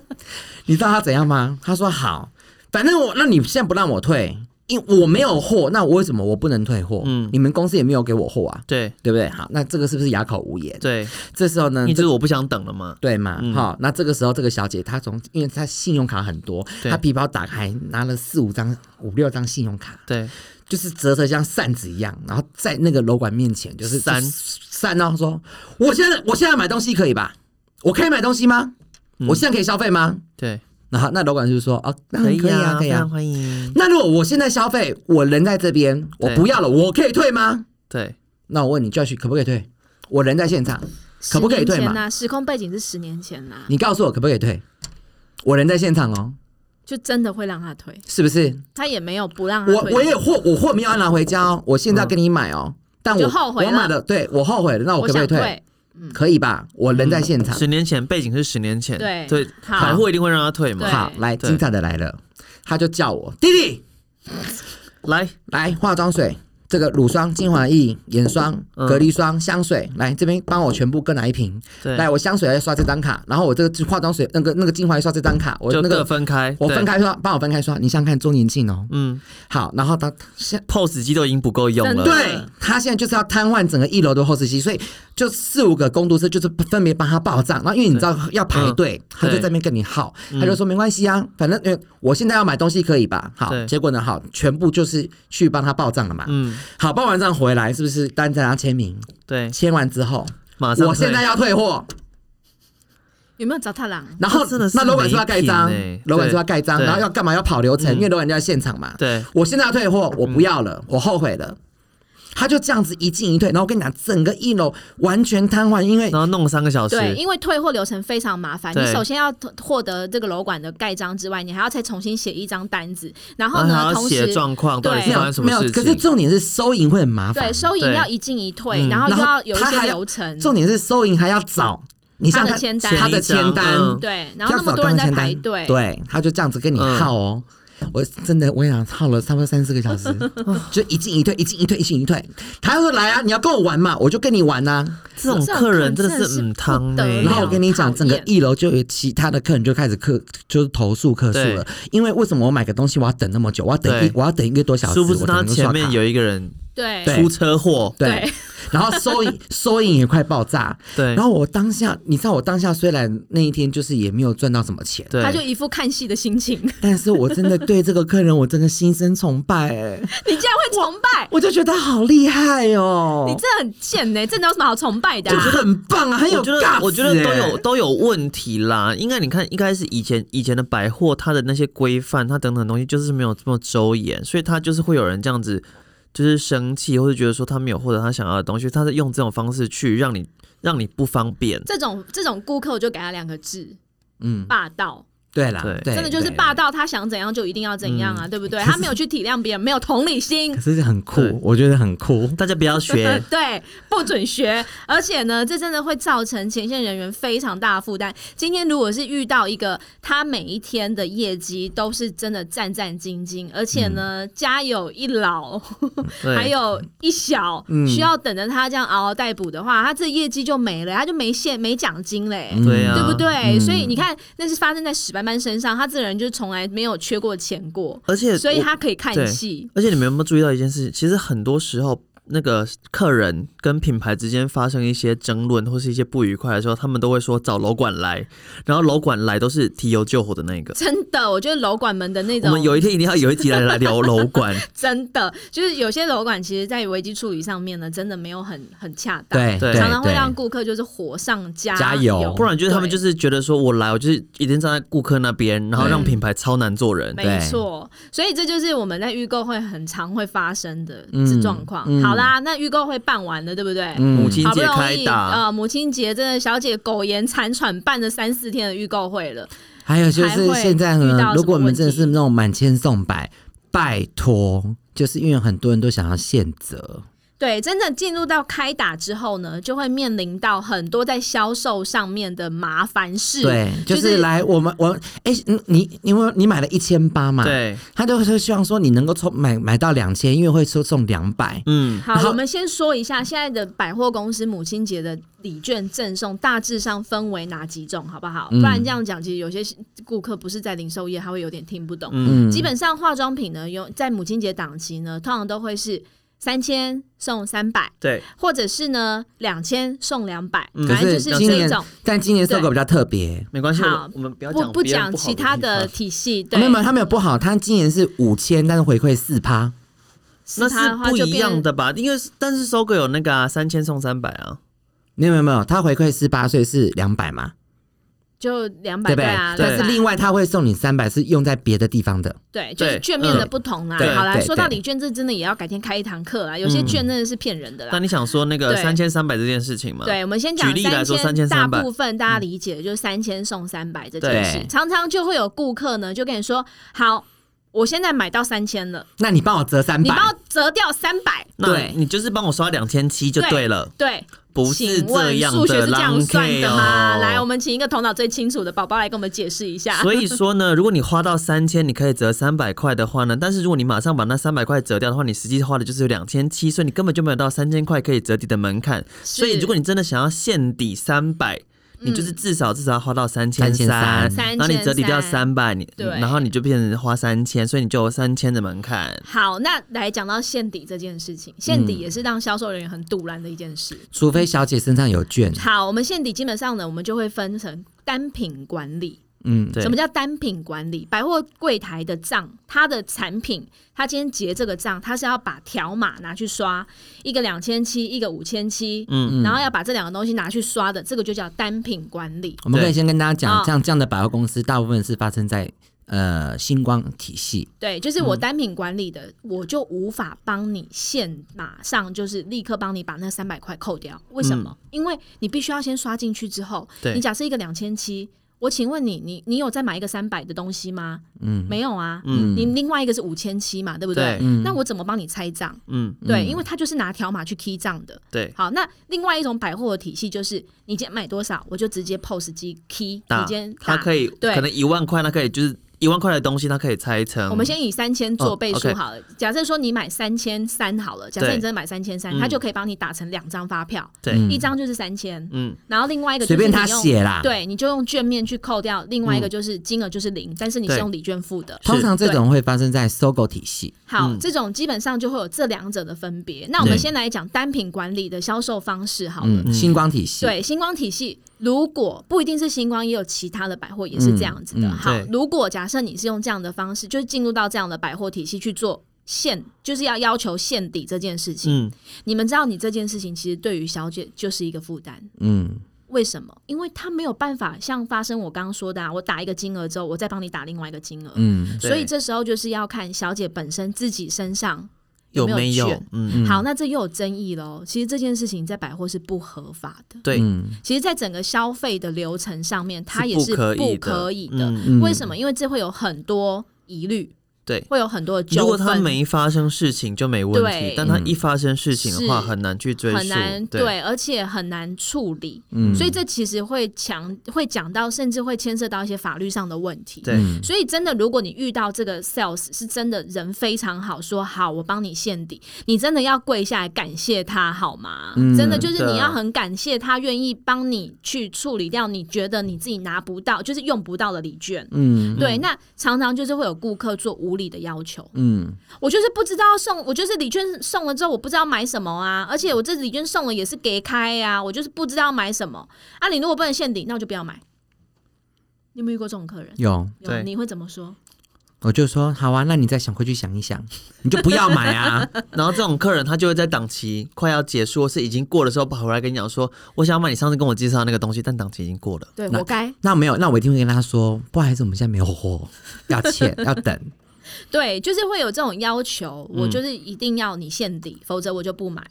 Speaker 4: 你知道他怎样吗？他说好，反正我那你现在不让我退，因我没有货，那我为什么我不能退货？
Speaker 2: 嗯
Speaker 4: 你们公司也没有给我货啊，
Speaker 2: 对
Speaker 4: 对不对？好，那这个是不是哑口无言？
Speaker 2: 对，
Speaker 4: 这时候呢，
Speaker 2: 你
Speaker 4: 嗯这
Speaker 2: 就是我不想等了嘛。
Speaker 4: 对嘛，
Speaker 2: 嗯
Speaker 4: 好、那这个时候这个小姐她从，因为她信用卡很多，
Speaker 2: 对
Speaker 4: 她皮包打开拿了四五张、五六张信用卡，
Speaker 2: 对，
Speaker 4: 就是折成像扇子一样，然后在那个楼管面前就是
Speaker 2: 扇
Speaker 4: 就扇哦，说我现在我现在买东西可以吧？我可以买东西吗？
Speaker 2: 嗯
Speaker 4: 我现在可以消费吗？
Speaker 2: 对，
Speaker 4: 然后那楼管就说哦，那
Speaker 2: 可以
Speaker 4: 可以啊，
Speaker 2: 啊，
Speaker 4: 可以
Speaker 2: 非
Speaker 4: 啊
Speaker 2: 常。欢迎。
Speaker 4: 那如果我现在消费，我人在这边，我
Speaker 2: 对
Speaker 4: 不要了，我可以退吗？
Speaker 2: 对，
Speaker 4: 那我问你，Josh 可不可以退？我人在现场，可不可以退
Speaker 3: 十年
Speaker 4: 嘛
Speaker 3: 前？呐，时空背景是十年前啊呐，
Speaker 4: 你告诉我可不可以退？我人在现场哦，
Speaker 3: 就真的会让他退，
Speaker 4: 是不是？
Speaker 3: 他也没有不让他
Speaker 4: 我
Speaker 3: 退。
Speaker 4: 我也货，我货没有要拿回家哦，我现在要跟你买哦，但我
Speaker 3: 就后悔了
Speaker 4: 我买了，对我后悔了，那我
Speaker 3: 我
Speaker 4: 可不可
Speaker 3: 想
Speaker 4: 以退？
Speaker 3: 退，嗯
Speaker 4: 可以吧？我人在现场。
Speaker 2: 嗯十年前背景是十年前，
Speaker 3: 对
Speaker 2: 对，
Speaker 3: 好
Speaker 2: 百货一定会让他退嘛
Speaker 3: 对。
Speaker 4: 好，来，
Speaker 2: 对
Speaker 4: 精彩的来了，他就叫我弟弟
Speaker 2: 来，
Speaker 4: 来化妆水。这个乳霜、精华液、眼霜、
Speaker 2: 嗯
Speaker 4: 隔离霜、香水，来这边帮我全部各拿一瓶。
Speaker 2: 对，
Speaker 4: 来，我香水要刷这张卡，然后我这个化妆水、那个那个精华要刷这张卡，我
Speaker 2: 就
Speaker 4: 那
Speaker 2: 各
Speaker 4: 个
Speaker 2: 分开，
Speaker 4: 我
Speaker 2: 对
Speaker 4: 分，开刷，帮我分开刷。你想想看，周年庆哦，
Speaker 2: 嗯
Speaker 4: 好，然后他现
Speaker 2: ，POS 机都已经不够用了，
Speaker 3: 真的
Speaker 4: 对他现在就是要瘫痪整个一楼的后视机，所以就四五个工读生就是分别帮他报账。然后因为你知道要排队，
Speaker 2: 嗯
Speaker 4: 他就在那边跟你耗，他就说没关系啊，反正因为我现在要买东西可以吧？好，
Speaker 2: 嗯对
Speaker 4: 结果呢，好，全部就是去帮他报账了嘛。
Speaker 2: 嗯，
Speaker 4: 好，报完账回来是不是单子让他签名？
Speaker 2: 对，
Speaker 4: 签完之后，
Speaker 2: 马上
Speaker 4: 我现在
Speaker 2: 退
Speaker 4: 要退货，
Speaker 3: 有没有找他狼？
Speaker 4: 然后
Speaker 2: 这真的是
Speaker 4: 那楼管说要盖章
Speaker 2: 没品欸，
Speaker 4: 楼管说要盖章，
Speaker 2: 对
Speaker 4: 然后要干嘛要跑流程，
Speaker 2: 嗯
Speaker 4: 因为楼管就在现场嘛。
Speaker 2: 对，嗯
Speaker 4: 我现在要退货，我不要了，我后悔了。他就这样子一进一退，然后我跟你讲，整个一楼完全瘫痪，因为
Speaker 2: 然后弄三个小时，
Speaker 3: 对，因为退货流程非常麻烦，你
Speaker 2: 对
Speaker 3: 首先要获得这个楼管的盖章之外，你还要再重新写一张单子，然后
Speaker 2: 然后
Speaker 3: 呢，
Speaker 4: 啊
Speaker 2: 还要
Speaker 3: 同
Speaker 2: 写
Speaker 3: 时
Speaker 2: 状况，到底
Speaker 3: 对
Speaker 2: 是
Speaker 4: 没
Speaker 2: 发生什
Speaker 4: 有
Speaker 2: 么
Speaker 4: 没有
Speaker 2: 事，
Speaker 4: 可是
Speaker 2: 情？
Speaker 4: 重点是收银会很麻烦
Speaker 3: 对，收银
Speaker 2: 对
Speaker 3: 要一进一退，
Speaker 2: 嗯
Speaker 3: 然后
Speaker 4: 然
Speaker 3: 又
Speaker 4: 后
Speaker 3: 要有一
Speaker 4: 他
Speaker 3: 些
Speaker 4: 还
Speaker 3: 流程，
Speaker 4: 重点是收银还要找你像
Speaker 3: 他的签单
Speaker 4: 他的签
Speaker 2: 签，一
Speaker 4: 单
Speaker 2: 张嗯
Speaker 3: 对，然后
Speaker 4: 要找
Speaker 3: 那么多人
Speaker 4: 他
Speaker 3: 在
Speaker 4: 的
Speaker 3: 排
Speaker 4: 签单
Speaker 3: 队，
Speaker 4: 对，他就这样子跟你耗哦。
Speaker 2: 嗯
Speaker 4: 我真的，我跟你讲，耗了差不多三四个小 时，就一进一退，一进一退，一进一退。他说：“来啊，你要跟我玩嘛，我就跟你玩啊呐、
Speaker 2: 这种客人真的是
Speaker 3: 这种
Speaker 2: 嗯
Speaker 3: 客人真的是
Speaker 2: 汤
Speaker 3: 不得
Speaker 2: 哎，
Speaker 3: 了
Speaker 4: 然后我跟你
Speaker 3: 讨
Speaker 4: 讲，
Speaker 3: 厌
Speaker 4: 整个一楼就有其他的客人就开始客，就是投诉客诉了
Speaker 2: 对。
Speaker 4: 因为为什么我买个东西我要等那么久？我要等一
Speaker 2: 对
Speaker 4: 我要等一个多小时，
Speaker 2: 殊不知
Speaker 4: 我才
Speaker 2: 他
Speaker 4: 能够
Speaker 2: 前
Speaker 4: 刷
Speaker 2: 面
Speaker 4: 卡
Speaker 2: 有一个人
Speaker 3: 对
Speaker 4: 对
Speaker 2: 出车祸，
Speaker 4: 对， 然后收银 收银也快爆炸。
Speaker 2: 对，
Speaker 4: 然后我当下，你知道我当下虽然那一天就是也没有赚到什么钱，
Speaker 2: 对，
Speaker 3: 他就一副看戏的心 情，你
Speaker 4: 但是我真的对这个客人我真的心生崇拜、 哎，
Speaker 3: 竟然会崇拜，
Speaker 4: 我就觉得他好厉害哦，
Speaker 3: 你这很贱 呢，真的有什么好崇拜的
Speaker 4: 就
Speaker 3: 啊？
Speaker 4: 觉得很棒啊，很有
Speaker 2: 我觉得
Speaker 4: guts，
Speaker 2: 我觉得都
Speaker 4: 哎
Speaker 2: 有都有问题啦。应该你看，一开始以前以前的百货，它的那些规范，它等等东西就是没有这么周延，所以它就是会有人这样子，就是生气或者觉得说他没有获得他想要的东西，他是用这种方式去让你让你不方便。
Speaker 3: 这种这种顾客，我就给他两个字：
Speaker 4: 嗯
Speaker 3: 霸道。
Speaker 4: 对啦，
Speaker 2: 对
Speaker 4: 对
Speaker 3: 真的就是
Speaker 4: 哎对啊嗯
Speaker 3: 霸道，他想怎样就一定要怎样啊，对不对？他没有去体谅别人，没有同理心。
Speaker 4: 可。是很酷
Speaker 2: 对，
Speaker 4: 我觉得很酷。
Speaker 2: 大家不要学
Speaker 3: 对，不准学。而且呢，这真的会造成前线人员非常大的负担。今天如果是遇到一个他每一天的业绩都是真的战战兢兢，而且
Speaker 4: 嗯
Speaker 3: 呢，家有一老，
Speaker 2: 对
Speaker 3: 还有一小，
Speaker 4: 嗯
Speaker 3: 需要等着他这样嗷嗷待哺的话，他这业绩就没了，他就没现没奖金嘞、
Speaker 4: 嗯
Speaker 2: 对啊
Speaker 3: 对不对？
Speaker 4: 嗯
Speaker 3: 所以你看，那是发生在史班班身上，他这个人就从来没有缺过钱过，
Speaker 2: 而且
Speaker 3: 所以
Speaker 2: 我
Speaker 3: 他可以看戏。
Speaker 2: 而且你们有没有注意到一件事情？其实很多时候，那个客人跟品牌之间发生一些争论或是一些不愉快的时候，他们都会说找楼管来，然后楼管来都是提油救火的那个。
Speaker 3: 真的，我觉得楼管们的那
Speaker 2: 我
Speaker 3: 种，
Speaker 2: 们有一天嗯一定要有一集来来聊楼 管，
Speaker 3: 真的就是有些楼管，其实在危机处理上面呢，真的没有很很恰当，
Speaker 4: 对
Speaker 2: 对
Speaker 3: 常常会让
Speaker 4: 对，
Speaker 3: 顾客就是火上加
Speaker 4: 加油
Speaker 2: 不然就是他们
Speaker 3: 对
Speaker 2: 就是觉得说我来，我就是一定站在顾客那边，然后让
Speaker 3: 对
Speaker 2: 品牌超难做人。
Speaker 3: 没错，所以这就是我们在预购会很常会发生的
Speaker 4: 嗯
Speaker 3: 这状况。
Speaker 4: 嗯
Speaker 3: 好啦，那预购会办完了，对不对？
Speaker 4: 嗯
Speaker 2: 母亲
Speaker 3: 好不
Speaker 2: 节
Speaker 3: 容
Speaker 2: 开
Speaker 3: 易，
Speaker 2: 打，
Speaker 3: 呃，母亲节真的，小姐苟延残喘办了三四天的预购会了，
Speaker 4: 还有就是现在
Speaker 3: 还会遇到什
Speaker 4: 呢
Speaker 3: 么，
Speaker 4: 如果我们真的
Speaker 3: 问
Speaker 4: 是那种满千送百，拜托，就是因为很多人都想要现折，
Speaker 3: 对，真的进入到开打之后呢，就会面临到很多在销售上面的麻烦事。
Speaker 4: 对，就
Speaker 3: 就是
Speaker 4: 是来我们我哎，你你因为你买了一千八
Speaker 3: 哦
Speaker 4: 嘛，，
Speaker 2: 对，
Speaker 4: 他都是希望说你能够抽买买到两千，因为会抽送两百，
Speaker 2: 嗯，
Speaker 3: 好
Speaker 4: 然，后
Speaker 3: 我们先说一下现在的百货公司母亲节的礼券赠送大致上分为哪几种，好不好？不
Speaker 4: 嗯
Speaker 3: 然这样讲，其实有些顾客不是在零售业，他会有点听不懂。
Speaker 4: 嗯，
Speaker 3: 基本上化妆品呢，有在母亲节档期呢，通常都会是三千送三百，
Speaker 2: 对，
Speaker 3: 或者是呢两千送两百、
Speaker 2: 嗯
Speaker 3: 反正就
Speaker 4: 可
Speaker 3: 是
Speaker 4: 今
Speaker 3: 这
Speaker 4: 年
Speaker 3: 种。
Speaker 4: 但今年搜狗比较特别，
Speaker 2: 没关系，
Speaker 3: 好
Speaker 2: 我我们不要
Speaker 3: 不
Speaker 2: 讲
Speaker 3: 不
Speaker 2: 别人
Speaker 3: 讲
Speaker 2: 不好
Speaker 3: 其他的
Speaker 2: 的地
Speaker 3: 体系，对，
Speaker 4: 啊哦没有没有，他没有不好，他今年是五千，但是回馈四趴，
Speaker 2: 方，
Speaker 3: 是他的
Speaker 2: 那
Speaker 3: 话
Speaker 2: 是不
Speaker 3: 就
Speaker 2: 一
Speaker 3: 变
Speaker 2: 样的吧？因为但是搜狗有那个啊，三千送三百啊，
Speaker 4: 没有没有没有，他回馈四八，所以是两百嘛，
Speaker 3: 就两
Speaker 4: 对
Speaker 3: 百
Speaker 4: 不
Speaker 3: 对
Speaker 4: 对
Speaker 3: 啊，？
Speaker 4: 但是
Speaker 3: 200
Speaker 4: 另外他会送你三百，是用在别的地方的，
Speaker 3: 对，就是
Speaker 2: 对
Speaker 3: 券面的
Speaker 2: 嗯
Speaker 3: 不同啦。
Speaker 2: 对嗯
Speaker 3: 好啦，
Speaker 4: 对
Speaker 3: 说到
Speaker 4: 对
Speaker 3: 礼券，这真的也要改天开一堂课啦。有些券真的是骗人的啦
Speaker 2: 那。你想说那个
Speaker 3: 对
Speaker 2: 三千三百这件事情吗？
Speaker 3: 对，我们先讲
Speaker 2: 举例来说
Speaker 3: 千，
Speaker 2: 3300
Speaker 3: 大部分大家理解就是三千送三百这件事，
Speaker 2: 嗯
Speaker 4: 对
Speaker 3: 常常就会有顾客呢就跟你说：“好，我现在买到三千了，
Speaker 4: 那你帮我折三
Speaker 3: 你
Speaker 4: 百，
Speaker 3: 帮我折掉三百。
Speaker 2: 那
Speaker 4: 对
Speaker 2: 你就是帮我刷两千七就对了”，
Speaker 3: 对，
Speaker 2: 不是
Speaker 3: 请
Speaker 2: 这
Speaker 3: 问
Speaker 2: 样
Speaker 3: 数学
Speaker 2: 的哦
Speaker 3: 是这样算的
Speaker 2: Lang
Speaker 3: 吗？
Speaker 2: K 哦
Speaker 3: 来，我们请一个头脑最清楚的宝宝来跟我们解释一下。
Speaker 2: 所以说呢，如果你花到三千，你可以折三百块的话呢，但是如果你马上把那三百块折掉的话，你实际花的就是两千七，所以你根本就没有到三千块可以折抵的门槛。
Speaker 3: 是嗯
Speaker 2: 所以如果你真的想要现抵三百。你就是至少至少要花到三千
Speaker 4: 3300
Speaker 2: 然后你折抵掉三百，你
Speaker 3: 对
Speaker 2: 然后你就变成花三千，所以你就有三千的门槛。
Speaker 3: 好，那来讲到现底这件事情，现底也是让销售人员很堵然的一件事。
Speaker 4: 除非小姐身上有券，
Speaker 3: 好，我们现底基本上呢，我们就会分成单品管理。
Speaker 4: 嗯，
Speaker 2: 对
Speaker 3: 什么叫单品管理？百货柜台的账，它的产品，它今天结这个账，它是要把条码拿去刷，一个两千七，一个五千七，嗯，然后要把这两个东西拿去刷的，这个就叫单品管理。
Speaker 4: 我们可以
Speaker 2: 对
Speaker 4: 先跟大家
Speaker 3: 啊
Speaker 4: 讲，这样这样的百货公司大部分是发生在呃星光体系，
Speaker 3: 对，就是
Speaker 2: 嗯
Speaker 3: 我单品管理的，我就无法帮你现马上就是立刻帮你把那三百块扣掉。为什么？因为你必须要先刷进去之后，
Speaker 2: 嗯对
Speaker 3: 你假设一个两千七，我请问你，你你有再买一个三百的东西吗？嗯，没有啊。嗯，你另外一个是五千七嘛，对不对？
Speaker 2: 对
Speaker 3: 那我怎么帮你拆账？
Speaker 2: 嗯，
Speaker 3: 对，因为他就是拿条码去 key 账的。
Speaker 2: 对，
Speaker 3: 好，那另外一种百货的体系就是，你今天买多少，我就直接 POS 机 key，你
Speaker 2: 打
Speaker 3: 今天
Speaker 2: 它
Speaker 3: 打
Speaker 2: 可以
Speaker 3: 对
Speaker 2: 可能一万块，它可以就是一万块的东西，它可以拆成。
Speaker 3: 我们先以三千做
Speaker 2: 嗯哦
Speaker 3: 倍数
Speaker 2: OK
Speaker 3: 好了。假设说你买三千三好了，假设你
Speaker 2: 对
Speaker 3: 真的买三千三，
Speaker 2: 嗯
Speaker 3: 他就可以帮你打成两张发票，
Speaker 2: 对，
Speaker 4: 嗯
Speaker 3: 一张就是三千，
Speaker 2: 嗯，
Speaker 3: 然后另外一个就
Speaker 4: 随
Speaker 3: 是
Speaker 4: 便他
Speaker 3: 你用，
Speaker 4: 写
Speaker 2: 啊
Speaker 4: 啦。，
Speaker 3: 对，你就用券面去扣掉，另外一个就是金额就是零，但是你是
Speaker 2: 嗯对
Speaker 3: 用礼券付的。
Speaker 4: 通常这种会发生在搜狗体系，
Speaker 3: 好，
Speaker 2: 嗯
Speaker 3: 这种基本上就会有这两者的分别。那我们
Speaker 4: 对
Speaker 3: 先来讲单品管理的销售方式好了。
Speaker 4: 嗯，星光体系，
Speaker 3: 对，星光体系如果不一定是星光，也有其他的百货也是这样子的。
Speaker 4: 嗯嗯
Speaker 3: 好
Speaker 2: 对，
Speaker 3: 如果假设你是用这样的方式，就是进入到这样的百货体系去做限，就是要要求限底这件事情。
Speaker 2: 嗯，
Speaker 3: 你们知道，你这件事情其实对于小姐就是一个负担。
Speaker 4: 嗯，
Speaker 3: 为什么？因为她没有办法像发生我刚刚说的、啊，我打一个金额之后，我再帮你打另外一个金额。
Speaker 4: 嗯，
Speaker 3: 所以
Speaker 2: 对
Speaker 3: 这时候就是要看小姐本身自己身上有
Speaker 2: 没
Speaker 3: 有
Speaker 2: 有
Speaker 3: 券？？
Speaker 2: 嗯，
Speaker 3: 好，那这又有争议喽。其实这件事情在百货是不合法的。
Speaker 2: 对，
Speaker 4: 嗯，
Speaker 3: 其实，在整个消费的流程上面，它
Speaker 2: 是
Speaker 3: 也
Speaker 2: 不
Speaker 3: 是
Speaker 2: 可以
Speaker 3: 不
Speaker 2: 的
Speaker 3: 可以的。
Speaker 2: 嗯
Speaker 4: 嗯
Speaker 3: 为什么？因为这会有很多疑虑，
Speaker 2: 对。
Speaker 3: 会有很多的纠纷。
Speaker 2: 如果他没发生事情就没问题
Speaker 3: 对，
Speaker 2: 但他
Speaker 4: 嗯
Speaker 2: 一发生事情的话，
Speaker 3: 是
Speaker 2: 很难去追溯。
Speaker 3: 很难
Speaker 2: 对，
Speaker 3: 而且很难处理。
Speaker 4: 嗯
Speaker 3: 所以这其实会强会讲到，甚至会牵涉到一些法律上的问题。
Speaker 2: 对
Speaker 4: 嗯
Speaker 3: 所以真的，如果你遇到这个 sales 是真的人非常好，说好我帮你献底，你真的要跪下来感谢他好吗？
Speaker 4: 嗯
Speaker 3: 真的就是
Speaker 2: 真的
Speaker 3: 你要很感谢他愿意帮你去处理掉你觉得你自己拿不到，就是用不到的礼券。
Speaker 4: 嗯
Speaker 3: 对，那常常就是会有顾客做无理的要求，
Speaker 4: 嗯
Speaker 3: 我就是不知道送，我就是礼券送了之后，我不知道买什么啊，而且我这礼券送了也是给开呀、我就是不知道买什么啊。你如果不能限定，那我就不要买。你有没有遇过这种客人？
Speaker 4: 有，
Speaker 3: 有
Speaker 2: 对
Speaker 3: 你会怎么说？
Speaker 4: 我就说好啊，那你再想回去想一想，你就不要买 啊。
Speaker 2: 然后这种客人他就会在档期快要结束或是已经过的时候跑回来跟你讲说，我想要买你上次跟我介绍的那个东西，但档期已经过了。
Speaker 3: 对，
Speaker 4: 那
Speaker 3: 活该。
Speaker 4: 那没有，那我一定会跟他说，不好意思，我们现在没有货，要 欠，要等。
Speaker 3: 对，就是会有这种要求，我
Speaker 2: 嗯
Speaker 3: 就是一定要你限底，否则我就不买。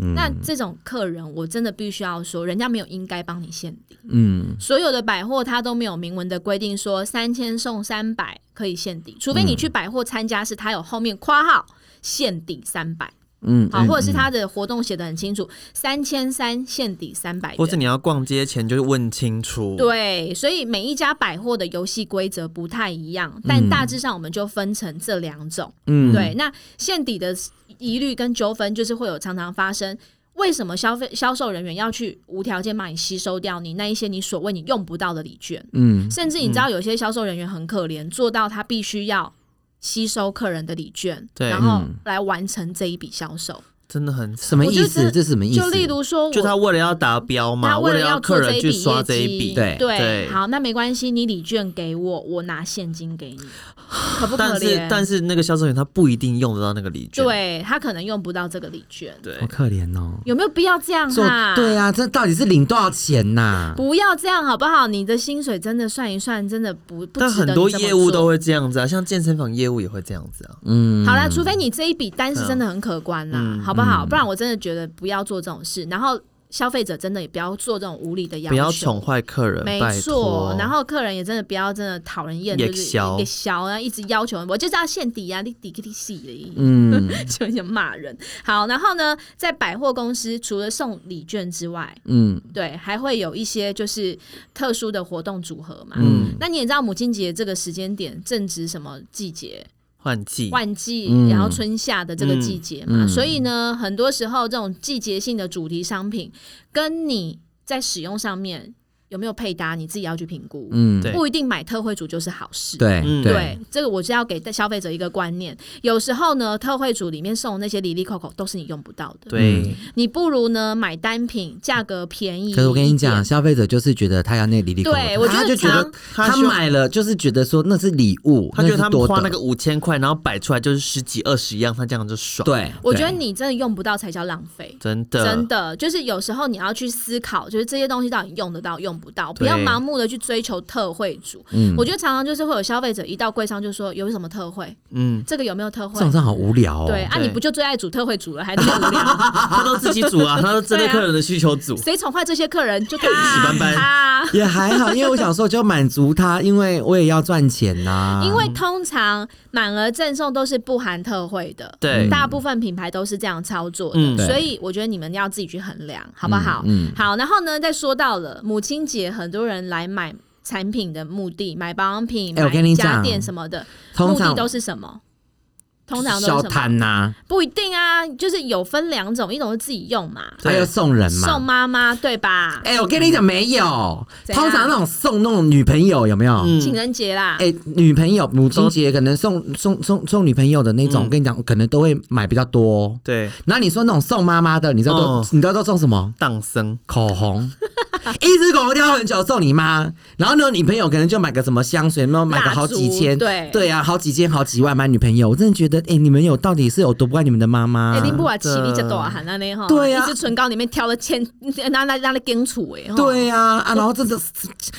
Speaker 4: 嗯
Speaker 3: 那这种客人，我真的必须要说，人家没有应该帮你限底。
Speaker 4: 嗯
Speaker 3: 所有的百货它都没有明文的规定说三千送三百可以限底，除非你去百货参加是它有后面括号限底三百，
Speaker 4: 嗯，
Speaker 3: 好，
Speaker 4: 嗯
Speaker 3: 或者是它的活动写的很清楚，三千三限底三百
Speaker 2: 或是
Speaker 3: 元。
Speaker 2: 你要逛街前就是问清楚。，
Speaker 3: 对，所以每一家百货的游戏规则不太一样，但大致上我们就分成这两种。
Speaker 4: 嗯
Speaker 3: 对，那现底的疑虑跟纠纷就是会有常常发生。为什么消费销售人员要去无条件帮你吸收掉你那一些你所谓你用不到的礼券？
Speaker 4: 嗯
Speaker 3: 甚至你知道有些销售人员很可怜，做到他必须要吸收客人的礼券，
Speaker 2: 对嗯
Speaker 3: 然后来完成这一笔销售。
Speaker 2: 真的很惨
Speaker 4: 什么意
Speaker 3: 我
Speaker 4: 思？
Speaker 3: 就
Speaker 4: 这是什么意思？
Speaker 3: 就例如说我，
Speaker 2: 就他为了要达标嘛，
Speaker 3: 他为
Speaker 2: 了
Speaker 3: 要
Speaker 2: 客
Speaker 3: 做
Speaker 2: 人
Speaker 3: 一
Speaker 2: 去
Speaker 3: 笔
Speaker 2: 刷
Speaker 3: 业
Speaker 2: 这一
Speaker 3: 绩，
Speaker 2: 笔，
Speaker 4: 对
Speaker 2: 对
Speaker 3: 好，那没关系，你礼券给我，我拿现金给你，可不可
Speaker 2: 但
Speaker 3: 怜
Speaker 2: 是？但是那个销售员他不一定用得到那个礼券，
Speaker 3: 对他可能用不到这个礼券，
Speaker 2: 对
Speaker 4: 好，可怜哦。
Speaker 3: 有没有必要这样
Speaker 4: 做
Speaker 3: 啊？
Speaker 4: 对啊，这到底是领多少钱呐、
Speaker 3: 不要这样好不好？你的薪水真的算一算，真的不不值得
Speaker 2: 但
Speaker 3: 你这么做。
Speaker 2: 很多业务都会这样子啊，像健身房业务也会这样子啊。
Speaker 4: 嗯，
Speaker 3: 好啦，除非你这一笔单是真的很可观啦，好不好？不然我真的觉得不要做这种事，然后消费者真的也不要做这种无理的要求，
Speaker 2: 不要宠坏客人，
Speaker 3: 没
Speaker 2: 拜
Speaker 3: 错
Speaker 2: 托。，
Speaker 3: 然后客人也真的不要真的讨人厌，
Speaker 2: 也
Speaker 3: 就是
Speaker 2: 小
Speaker 3: 也小，然后一直要求，我就是要现底啊，你底给你洗的，
Speaker 4: 嗯
Speaker 3: 就想骂人。好，然后呢，在百货公司除了送礼券之外，
Speaker 4: 嗯
Speaker 3: 对，还会有一些就是特殊的活动组合嘛。
Speaker 4: 嗯，
Speaker 3: 那你也知道母亲节这个时间点正值什么季节？
Speaker 2: 换季，
Speaker 3: 换季，
Speaker 4: 嗯
Speaker 3: 然后春夏的这个季节嘛，
Speaker 4: 嗯嗯
Speaker 3: 所以呢，很多时候这种季节性的主题商品，跟你在使用上面有没有配搭，你自己要去评估，
Speaker 4: 嗯
Speaker 2: 对
Speaker 3: 不一定买特惠组就是好事。
Speaker 4: 对
Speaker 2: 嗯
Speaker 4: 对，
Speaker 3: 这个我是要给消费者一个观念，有时候呢，特惠组里面送的那些里里扣扣都是你用不到的，
Speaker 4: 嗯
Speaker 2: 对，
Speaker 3: 你不如呢买单品，价格便宜一点。
Speaker 4: 可是我跟你讲，消费者就是觉得他要那个礼礼口
Speaker 3: 对我觉得
Speaker 4: 他就觉得
Speaker 3: 常
Speaker 4: 他
Speaker 2: 希望
Speaker 4: 买了就是觉得说那是礼物，
Speaker 2: 他觉得
Speaker 4: 那
Speaker 2: 他
Speaker 4: 是多
Speaker 2: 们
Speaker 4: 的
Speaker 2: 花那个五千块，然后摆出来就是十几二十样，他这样就爽。，
Speaker 4: 对，
Speaker 3: 我觉得
Speaker 4: 对
Speaker 3: 你真的用不到才叫浪费。
Speaker 2: 真的，
Speaker 3: 真的，就是有时候你要去思考，就是这些东西到底用得到用不到，不要
Speaker 2: 对
Speaker 3: 盲目的去追求特惠组。
Speaker 4: 嗯
Speaker 3: 我觉得常常就是会有消费者一到柜上就说有什么特惠，
Speaker 2: 嗯，
Speaker 3: 这个有没有特惠
Speaker 4: 这？种真的好无聊哦。
Speaker 3: 对啊，
Speaker 2: 对
Speaker 3: 你不就最爱组特惠组了，还那么 无聊？
Speaker 2: 他都自己煮啊，他都针对
Speaker 3: 对啊
Speaker 2: 客人的需求煮。
Speaker 3: 谁宠坏这些客人 就他
Speaker 2: 死板板
Speaker 3: 他。
Speaker 4: 也还好，因为我想说就满足他，因为我也要赚钱呐、
Speaker 3: 因为通常满额赠送都是不含特惠的，
Speaker 2: 对
Speaker 3: 大部分品牌都是这样操作的，
Speaker 2: 嗯
Speaker 4: 对
Speaker 3: 所以我觉得你们要自己去衡量，好不好？
Speaker 4: 嗯
Speaker 3: 好，然后呢，再说到了母亲节，很多人来买产品的目的，买保养品、
Speaker 4: 哎我跟
Speaker 3: 买
Speaker 4: 你
Speaker 3: 家
Speaker 4: 讲
Speaker 3: 电什么的，
Speaker 4: 通
Speaker 3: 目的
Speaker 4: 常
Speaker 3: 都是什么？通常都
Speaker 4: 小
Speaker 3: 是什么？
Speaker 4: 摊呐、
Speaker 3: 不一定啊，就是有分两种，一种是自己用嘛，
Speaker 4: 还有送人嘛，
Speaker 3: 送妈妈对吧？
Speaker 4: 哎、我跟你讲，没有。
Speaker 3: 怎样
Speaker 4: 通常那种送那种女朋友有没有？
Speaker 2: 嗯
Speaker 3: 情人节啦，
Speaker 4: 哎、女朋友母亲节可能送送送送女朋友的那
Speaker 3: 嗯
Speaker 4: 种，我跟你讲，可能都会买比较多。
Speaker 2: 对，
Speaker 4: 然后你说那种送妈妈的，你知道都、
Speaker 2: 哦
Speaker 4: 你知道都送什么？
Speaker 2: 荡生，
Speaker 4: 口红， 一支口红挑很久送你妈。然后呢，女朋友可能就买个什么香水，然后买个好几
Speaker 3: 蜡
Speaker 4: 千，
Speaker 3: 烛对
Speaker 4: 对啊，好几千好几万买女朋友，我真的觉得，哎、你们有到底是有多不爱你们的妈妈？
Speaker 3: 哎，你不把起
Speaker 2: 真的
Speaker 3: 你这大喊那呢哈，
Speaker 4: 啊对啊
Speaker 3: 一支唇膏里面挑了千， 拿拿拿来根除哎，吼
Speaker 4: 对呀、啊，然后真的舍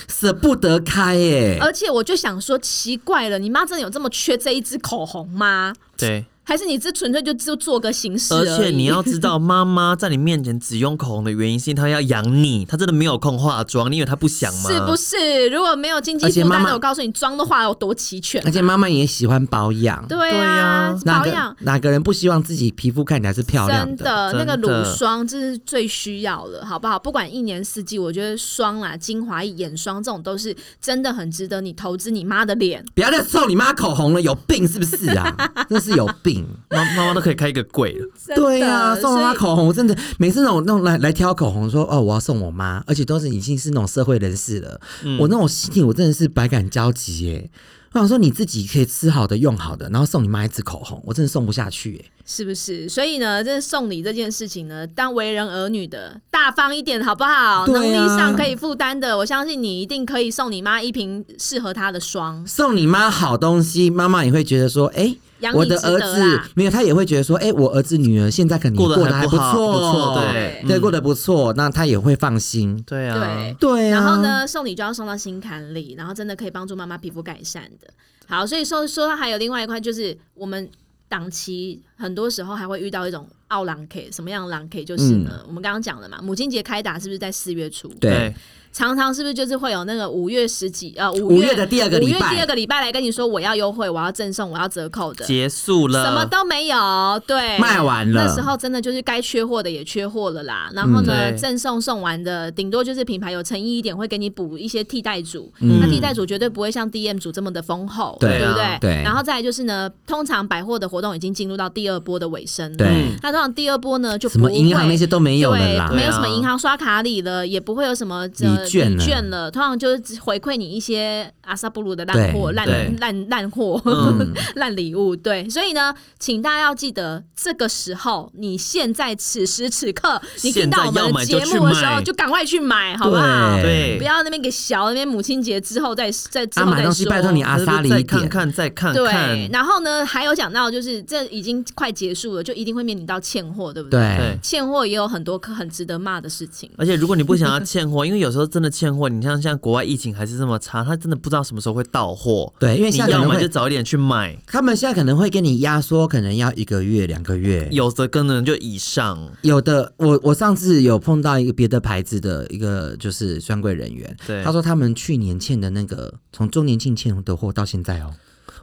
Speaker 4: 舍不得开耶、
Speaker 3: 而且我就想说，奇怪了，你妈真的有这么缺这一支口红吗？
Speaker 2: 对，
Speaker 3: 还是你这纯粹就就做个形式
Speaker 2: 而
Speaker 3: 已
Speaker 2: 且你要知 道，妈妈在你面前只用口红的原因是因为她要养你，她真的没有空化妆，你以为她不想吗？
Speaker 3: 是不是？如果没有经济
Speaker 4: 而且
Speaker 3: 负担
Speaker 4: 妈哎妈
Speaker 3: 的，我告诉你，妆的话有多齐全
Speaker 4: 而。且妈妈也喜欢保养，
Speaker 3: 对
Speaker 2: 对
Speaker 3: 啊
Speaker 2: 啊，
Speaker 4: 哪
Speaker 3: 保养
Speaker 4: 个哪个人不希望自己皮肤看起来是漂亮
Speaker 3: 真
Speaker 4: 的？
Speaker 3: 的，那个
Speaker 2: 真的
Speaker 3: 乳霜这是最需要了，好不好？不管一年四季，我觉得霜啦、精华液、眼霜这种都是真的很值得你投资你妈的脸。
Speaker 4: 不要再送你妈口红了，有病是不是 啊？那是有病。
Speaker 2: 妈妈妈都可以开一个柜了，
Speaker 4: 对啊，送我妈
Speaker 3: 所以
Speaker 4: 口红，我真的每次那种那种来来挑口红说哦，我要送我妈，而且都是已经是那种社会人士了，
Speaker 2: 嗯
Speaker 4: 我那种心里我真的是百感交集耶。我想说你自己可以吃好的用好的，然后送你妈一支口红，我真的送不下去耶。
Speaker 3: 是不是？所以呢，这送礼这件事情呢，当为人儿女的，大方一点好不好？
Speaker 4: 对啊
Speaker 3: 能力上可以负担的，我相信你一定可以送你妈一瓶适合她的霜。
Speaker 4: 送你妈好东西，妈妈也会觉得说，哎、
Speaker 3: 养你
Speaker 4: 我的
Speaker 3: 值
Speaker 4: 儿
Speaker 3: 得啊
Speaker 4: 子
Speaker 3: 啦
Speaker 4: 没有，她也会觉得说，哎、我儿子女儿现在可能
Speaker 2: 过得
Speaker 4: 得
Speaker 2: 还
Speaker 4: 还
Speaker 2: 不好
Speaker 4: 错，
Speaker 2: 不错对
Speaker 4: 对，
Speaker 2: 嗯
Speaker 4: 过得不错，那她也会放心。
Speaker 2: 对啊，
Speaker 3: 对，
Speaker 4: 对啊，
Speaker 3: 然后？呢，送礼就要送到心坎里，然后真的可以帮助妈妈皮肤改善的。好，所以说说到还有另外一块，就是我们档期很多时候还会遇到一种奥朗 K，什么样的朗 K 就是呢？我们刚刚讲了嘛，母亲节开打是不是在四月初？
Speaker 4: 嗯对，
Speaker 3: 常常是不是就是会有那个五月十几呃五
Speaker 4: 五月的第二个礼
Speaker 3: 五
Speaker 4: 拜
Speaker 3: 月第二个礼拜来跟你说我要优惠，我要赠送，我要折扣的，
Speaker 2: 结束了，
Speaker 3: 什么都没有，对，
Speaker 4: 卖完了
Speaker 3: 那时候真的就是该缺货的也缺货了啦，然后呢，
Speaker 2: 嗯对
Speaker 3: 赠送送完的，顶多就是品牌有诚意一点会给你补一些替代组，那替代组绝对不会像 DM 组这么的丰厚，
Speaker 4: 嗯对
Speaker 3: 不
Speaker 2: 啊
Speaker 3: 对？
Speaker 4: 对
Speaker 3: 然后再来就是呢，通常百货的活动已经进入到第二波的尾声了，
Speaker 4: 对，
Speaker 3: 那通常第二波呢就嗯
Speaker 4: 什
Speaker 3: 不
Speaker 4: 么
Speaker 3: 会
Speaker 4: 银行那些都没有了啦
Speaker 3: 对，。没有
Speaker 2: 对啊
Speaker 3: 什么银行刷卡礼了，也不会有什么
Speaker 4: 礼券啊了
Speaker 3: 券了，通常就是只回馈你一些阿萨布鲁的烂货、
Speaker 4: 对嗯
Speaker 3: 烂
Speaker 2: 对
Speaker 3: 烂烂货、
Speaker 2: 嗯
Speaker 3: 烂礼物。对，所以呢，请大家要记得，这个时候你现在此时此刻，你听到我
Speaker 2: 现在要
Speaker 3: 们的
Speaker 2: 买
Speaker 3: 节
Speaker 2: 就去
Speaker 3: 目的时候，
Speaker 2: 买
Speaker 3: 就赶快去买，好不好？
Speaker 2: 对
Speaker 3: 不要那边给小那边母亲节之后再再之
Speaker 4: 啊，
Speaker 3: 后
Speaker 4: 买
Speaker 3: 再
Speaker 4: 东西
Speaker 3: 说。
Speaker 4: 拜托你阿
Speaker 2: 那就
Speaker 4: 萨里一
Speaker 2: 再看
Speaker 4: 点。
Speaker 2: 看，再看
Speaker 3: 对，
Speaker 2: 看，
Speaker 3: 然后呢，还有讲到就是这已经快结束了，就一定会面临到欠货，对不对？
Speaker 4: 对
Speaker 2: 对，
Speaker 3: 欠货也有很多可很值得骂的事情。
Speaker 2: 而且如果你不想要欠货，因为有时候真的欠货，你像像国外疫情还是这么差，他真的不知道什么时候会到货。
Speaker 4: 对因为
Speaker 2: 你
Speaker 4: 现在可
Speaker 2: 要
Speaker 4: 能
Speaker 2: 买
Speaker 4: 会
Speaker 2: 就早一点去买，
Speaker 4: 他们现在可能会给你压缩，可能要一个月、两个月。
Speaker 2: 有的可能就以上。
Speaker 4: 有的，我我上次有碰到一个别的牌子的一个就是专柜人员，
Speaker 2: 对
Speaker 4: 他说他们去年欠的那个从周年庆欠的货到现在哦，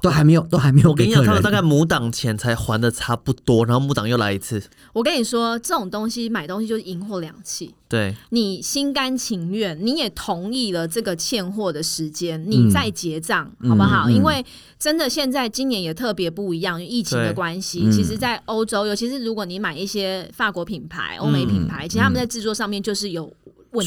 Speaker 4: 都还没有，都还没有
Speaker 2: 我跟
Speaker 4: 给
Speaker 2: 你讲，
Speaker 4: 客
Speaker 2: 他们大
Speaker 4: 人。
Speaker 2: 概母档钱才还的差不多，然后母档又来一次。
Speaker 3: 我跟你说，这种东西买东西就是赢货两气。
Speaker 2: 对，
Speaker 3: 你心甘情愿，你也同意了这个欠货的时间，
Speaker 2: 嗯
Speaker 3: 你再结账、好不好？
Speaker 4: 嗯嗯
Speaker 3: 因为真的现在今年也特别不一样，因为疫情的
Speaker 2: 对
Speaker 3: 关系。
Speaker 4: 嗯
Speaker 3: 其实，在欧洲，尤其是如果你买一些法国品牌、欧美品牌，其实他们在制作上面就是有问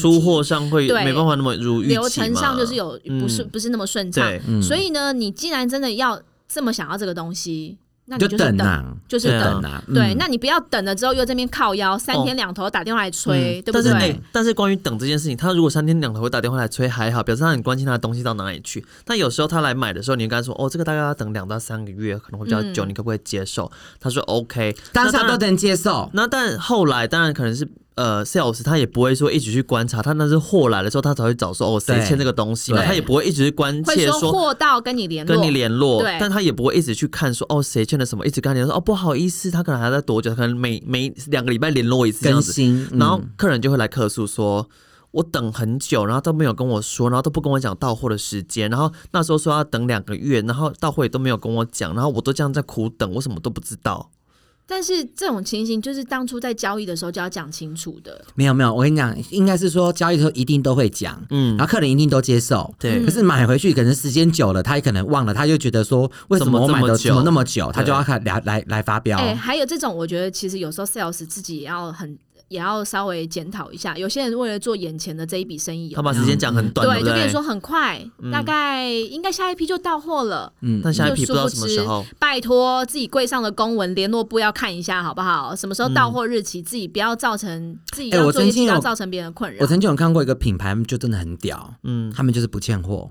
Speaker 2: 嗯
Speaker 3: 题。
Speaker 2: 出货上会
Speaker 3: 对
Speaker 2: 没办法那么如预期嘛
Speaker 3: 流程上就是有不是、
Speaker 2: 嗯
Speaker 3: 不是那么顺畅
Speaker 2: 对，嗯
Speaker 3: 所以呢，你既然真的要这么想要这个东西，那你
Speaker 4: 就是等
Speaker 3: 等
Speaker 4: 啊，
Speaker 3: 就是
Speaker 2: 对啊
Speaker 3: 等
Speaker 4: 等啊，嗯
Speaker 3: 对，那你不要等了之后又这边靠腰，三
Speaker 2: 哦
Speaker 3: 天两头打电话来催，对不
Speaker 2: 但是
Speaker 3: 对？
Speaker 2: 哎但是关于等这件事情，他如果三天两头会打电话来催，还好，表示他很关心他的东西到哪里去。但有时候他来买的时候，你就跟他说：“哦，这个大概要等两到三个月，可能会比较
Speaker 3: 嗯
Speaker 2: 久，你可不可以接受？”他说：“OK。”
Speaker 4: 当
Speaker 2: 那
Speaker 4: 下
Speaker 2: 当
Speaker 4: 都
Speaker 2: 然
Speaker 4: 能接受。
Speaker 2: 那但后来当然可能是呃，sales 他也不会说一直去观察，他那是货来的时候他才会找说哦谁
Speaker 4: 对
Speaker 2: 欠这个东西嘛，
Speaker 4: 对
Speaker 2: 他也不会一直去关
Speaker 3: 会
Speaker 2: 切
Speaker 3: 说货到跟你联络，
Speaker 2: 跟你联络
Speaker 3: 对，
Speaker 2: 但他也不会一直去看说哦谁欠了什么，一直跟他联络说哦不好意思，他可能还在多久，可能每每两个礼拜联络一次这样
Speaker 4: 更
Speaker 2: 子，
Speaker 4: 新，嗯
Speaker 2: 然后客人就会来客诉说。我等很久，然后都没有跟我说，然后都不跟我讲到货的时间，然后那时候说要等两个月，然后到货也都没有跟我讲，然后我都这样在苦等，我什么都不知道。
Speaker 3: 但是这种情形就是当初在交易的时候就要讲清楚的，
Speaker 4: 没有没有，我跟你讲，应该是说交易的时候一定都会讲，嗯，然后客人一定都接受，
Speaker 2: 对
Speaker 4: 可是买回去可能时间久了，他也可能忘了，他就觉得说为什
Speaker 2: 怎么
Speaker 4: 我
Speaker 2: 这
Speaker 4: 买
Speaker 2: 么
Speaker 4: 的
Speaker 2: 久
Speaker 4: 怎么那么久，他
Speaker 2: 对
Speaker 4: 就要看来来来发飙。
Speaker 3: 哎、还有这种，我觉得其实有时候 sales 自己也要很也要稍微检讨一下，有些人为了做眼前的这一笔生意
Speaker 2: 他
Speaker 3: 有没
Speaker 2: 把
Speaker 3: 有，
Speaker 2: 时间讲很短，
Speaker 3: 对，
Speaker 2: 不
Speaker 3: 就跟
Speaker 2: 对
Speaker 3: 你？说很快，大概应该下一批就到货了。
Speaker 4: 嗯
Speaker 2: 但下一
Speaker 3: 就
Speaker 2: 批不知道
Speaker 3: 殊
Speaker 2: 什么
Speaker 3: 知
Speaker 2: 时候。
Speaker 3: 拜托自己柜上的公文联络部要看一下好不好？什么时候到货日期，自己不要造成自己
Speaker 4: 哎
Speaker 3: 要
Speaker 4: 我
Speaker 3: 做业
Speaker 4: 曾经
Speaker 3: 绩，不要
Speaker 4: 有
Speaker 3: 造成别人的困扰
Speaker 4: 我。曾经有看过一个品牌，就真的很屌，嗯，他们就是不欠货，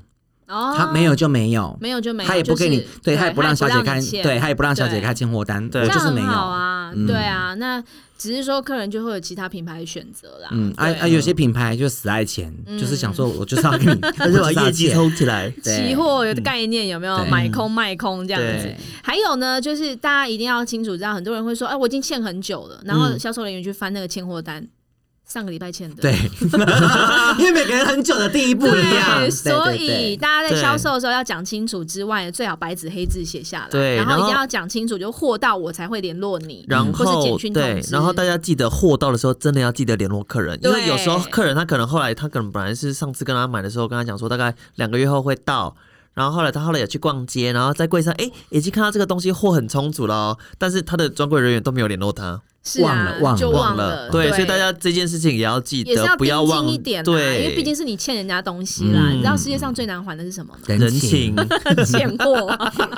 Speaker 3: 哦
Speaker 4: 他没有就没有，
Speaker 3: 没有就没有，
Speaker 4: 他也不给你
Speaker 3: 就是，
Speaker 4: 他也不让小姐看，
Speaker 3: 欠
Speaker 4: 对他也不让小姐
Speaker 3: 对
Speaker 4: 开欠货单，
Speaker 2: 对
Speaker 4: 我
Speaker 3: 这
Speaker 4: 就
Speaker 3: 样
Speaker 4: 是
Speaker 3: 很
Speaker 4: 没有嗯
Speaker 3: 好。啊，啊，对啊，那只是说客人就会有其他品牌的选择啦。
Speaker 4: 嗯，啊啊，有些品牌就死爱钱，就是想
Speaker 3: 嗯
Speaker 4: 说我就是要给 你，
Speaker 2: 而
Speaker 4: 但
Speaker 2: 且把业绩
Speaker 4: 抽
Speaker 2: 抽起来。
Speaker 3: 期货的概念有没有
Speaker 4: 对
Speaker 3: 买空卖空这样子
Speaker 2: 对？
Speaker 3: 还有呢，就是大家一定要清楚知道，很多人会说，哎，我已经欠很久了，然后销售人员去翻那个欠货单，上个礼拜欠的。
Speaker 4: 嗯 对，因为每个人很久的第一步一样，对
Speaker 3: 对，所
Speaker 4: 对对
Speaker 3: 以大家在
Speaker 2: 对
Speaker 3: 销售的时候要讲清楚之外，最好白纸黑字写下来，
Speaker 2: 对
Speaker 3: 然后
Speaker 2: 然
Speaker 3: 一
Speaker 2: 后
Speaker 3: 定要讲清楚，就货到我才会联络你，
Speaker 2: 然
Speaker 3: 嗯或是简
Speaker 2: 后
Speaker 3: 讯
Speaker 2: 对
Speaker 3: 通，知
Speaker 2: 然后大家记得货到的时候，真的要记得联络客人，因为有时候
Speaker 3: 对
Speaker 2: 客人他可能后来他可能本来是上次跟他买的时候跟他讲说大概两个月后会到，然后后来他后来也去逛街，然后在柜上哎已经看到这个东西货很充足了哦，但是他的专柜人员都没有联络他，
Speaker 3: 是啊
Speaker 4: 忘了忘了
Speaker 3: 就
Speaker 2: 忘
Speaker 3: 了，
Speaker 2: 对，所以大家这件事情也要记
Speaker 3: 也是
Speaker 2: 得，不要
Speaker 3: 盯
Speaker 2: 忘
Speaker 3: 紧一点啦，啊
Speaker 2: 对，
Speaker 3: 因为毕竟是你欠人家东西啦。
Speaker 2: 嗯
Speaker 3: 你知道世界上最难还的是什么 吗？
Speaker 2: 人情，
Speaker 3: 欠货，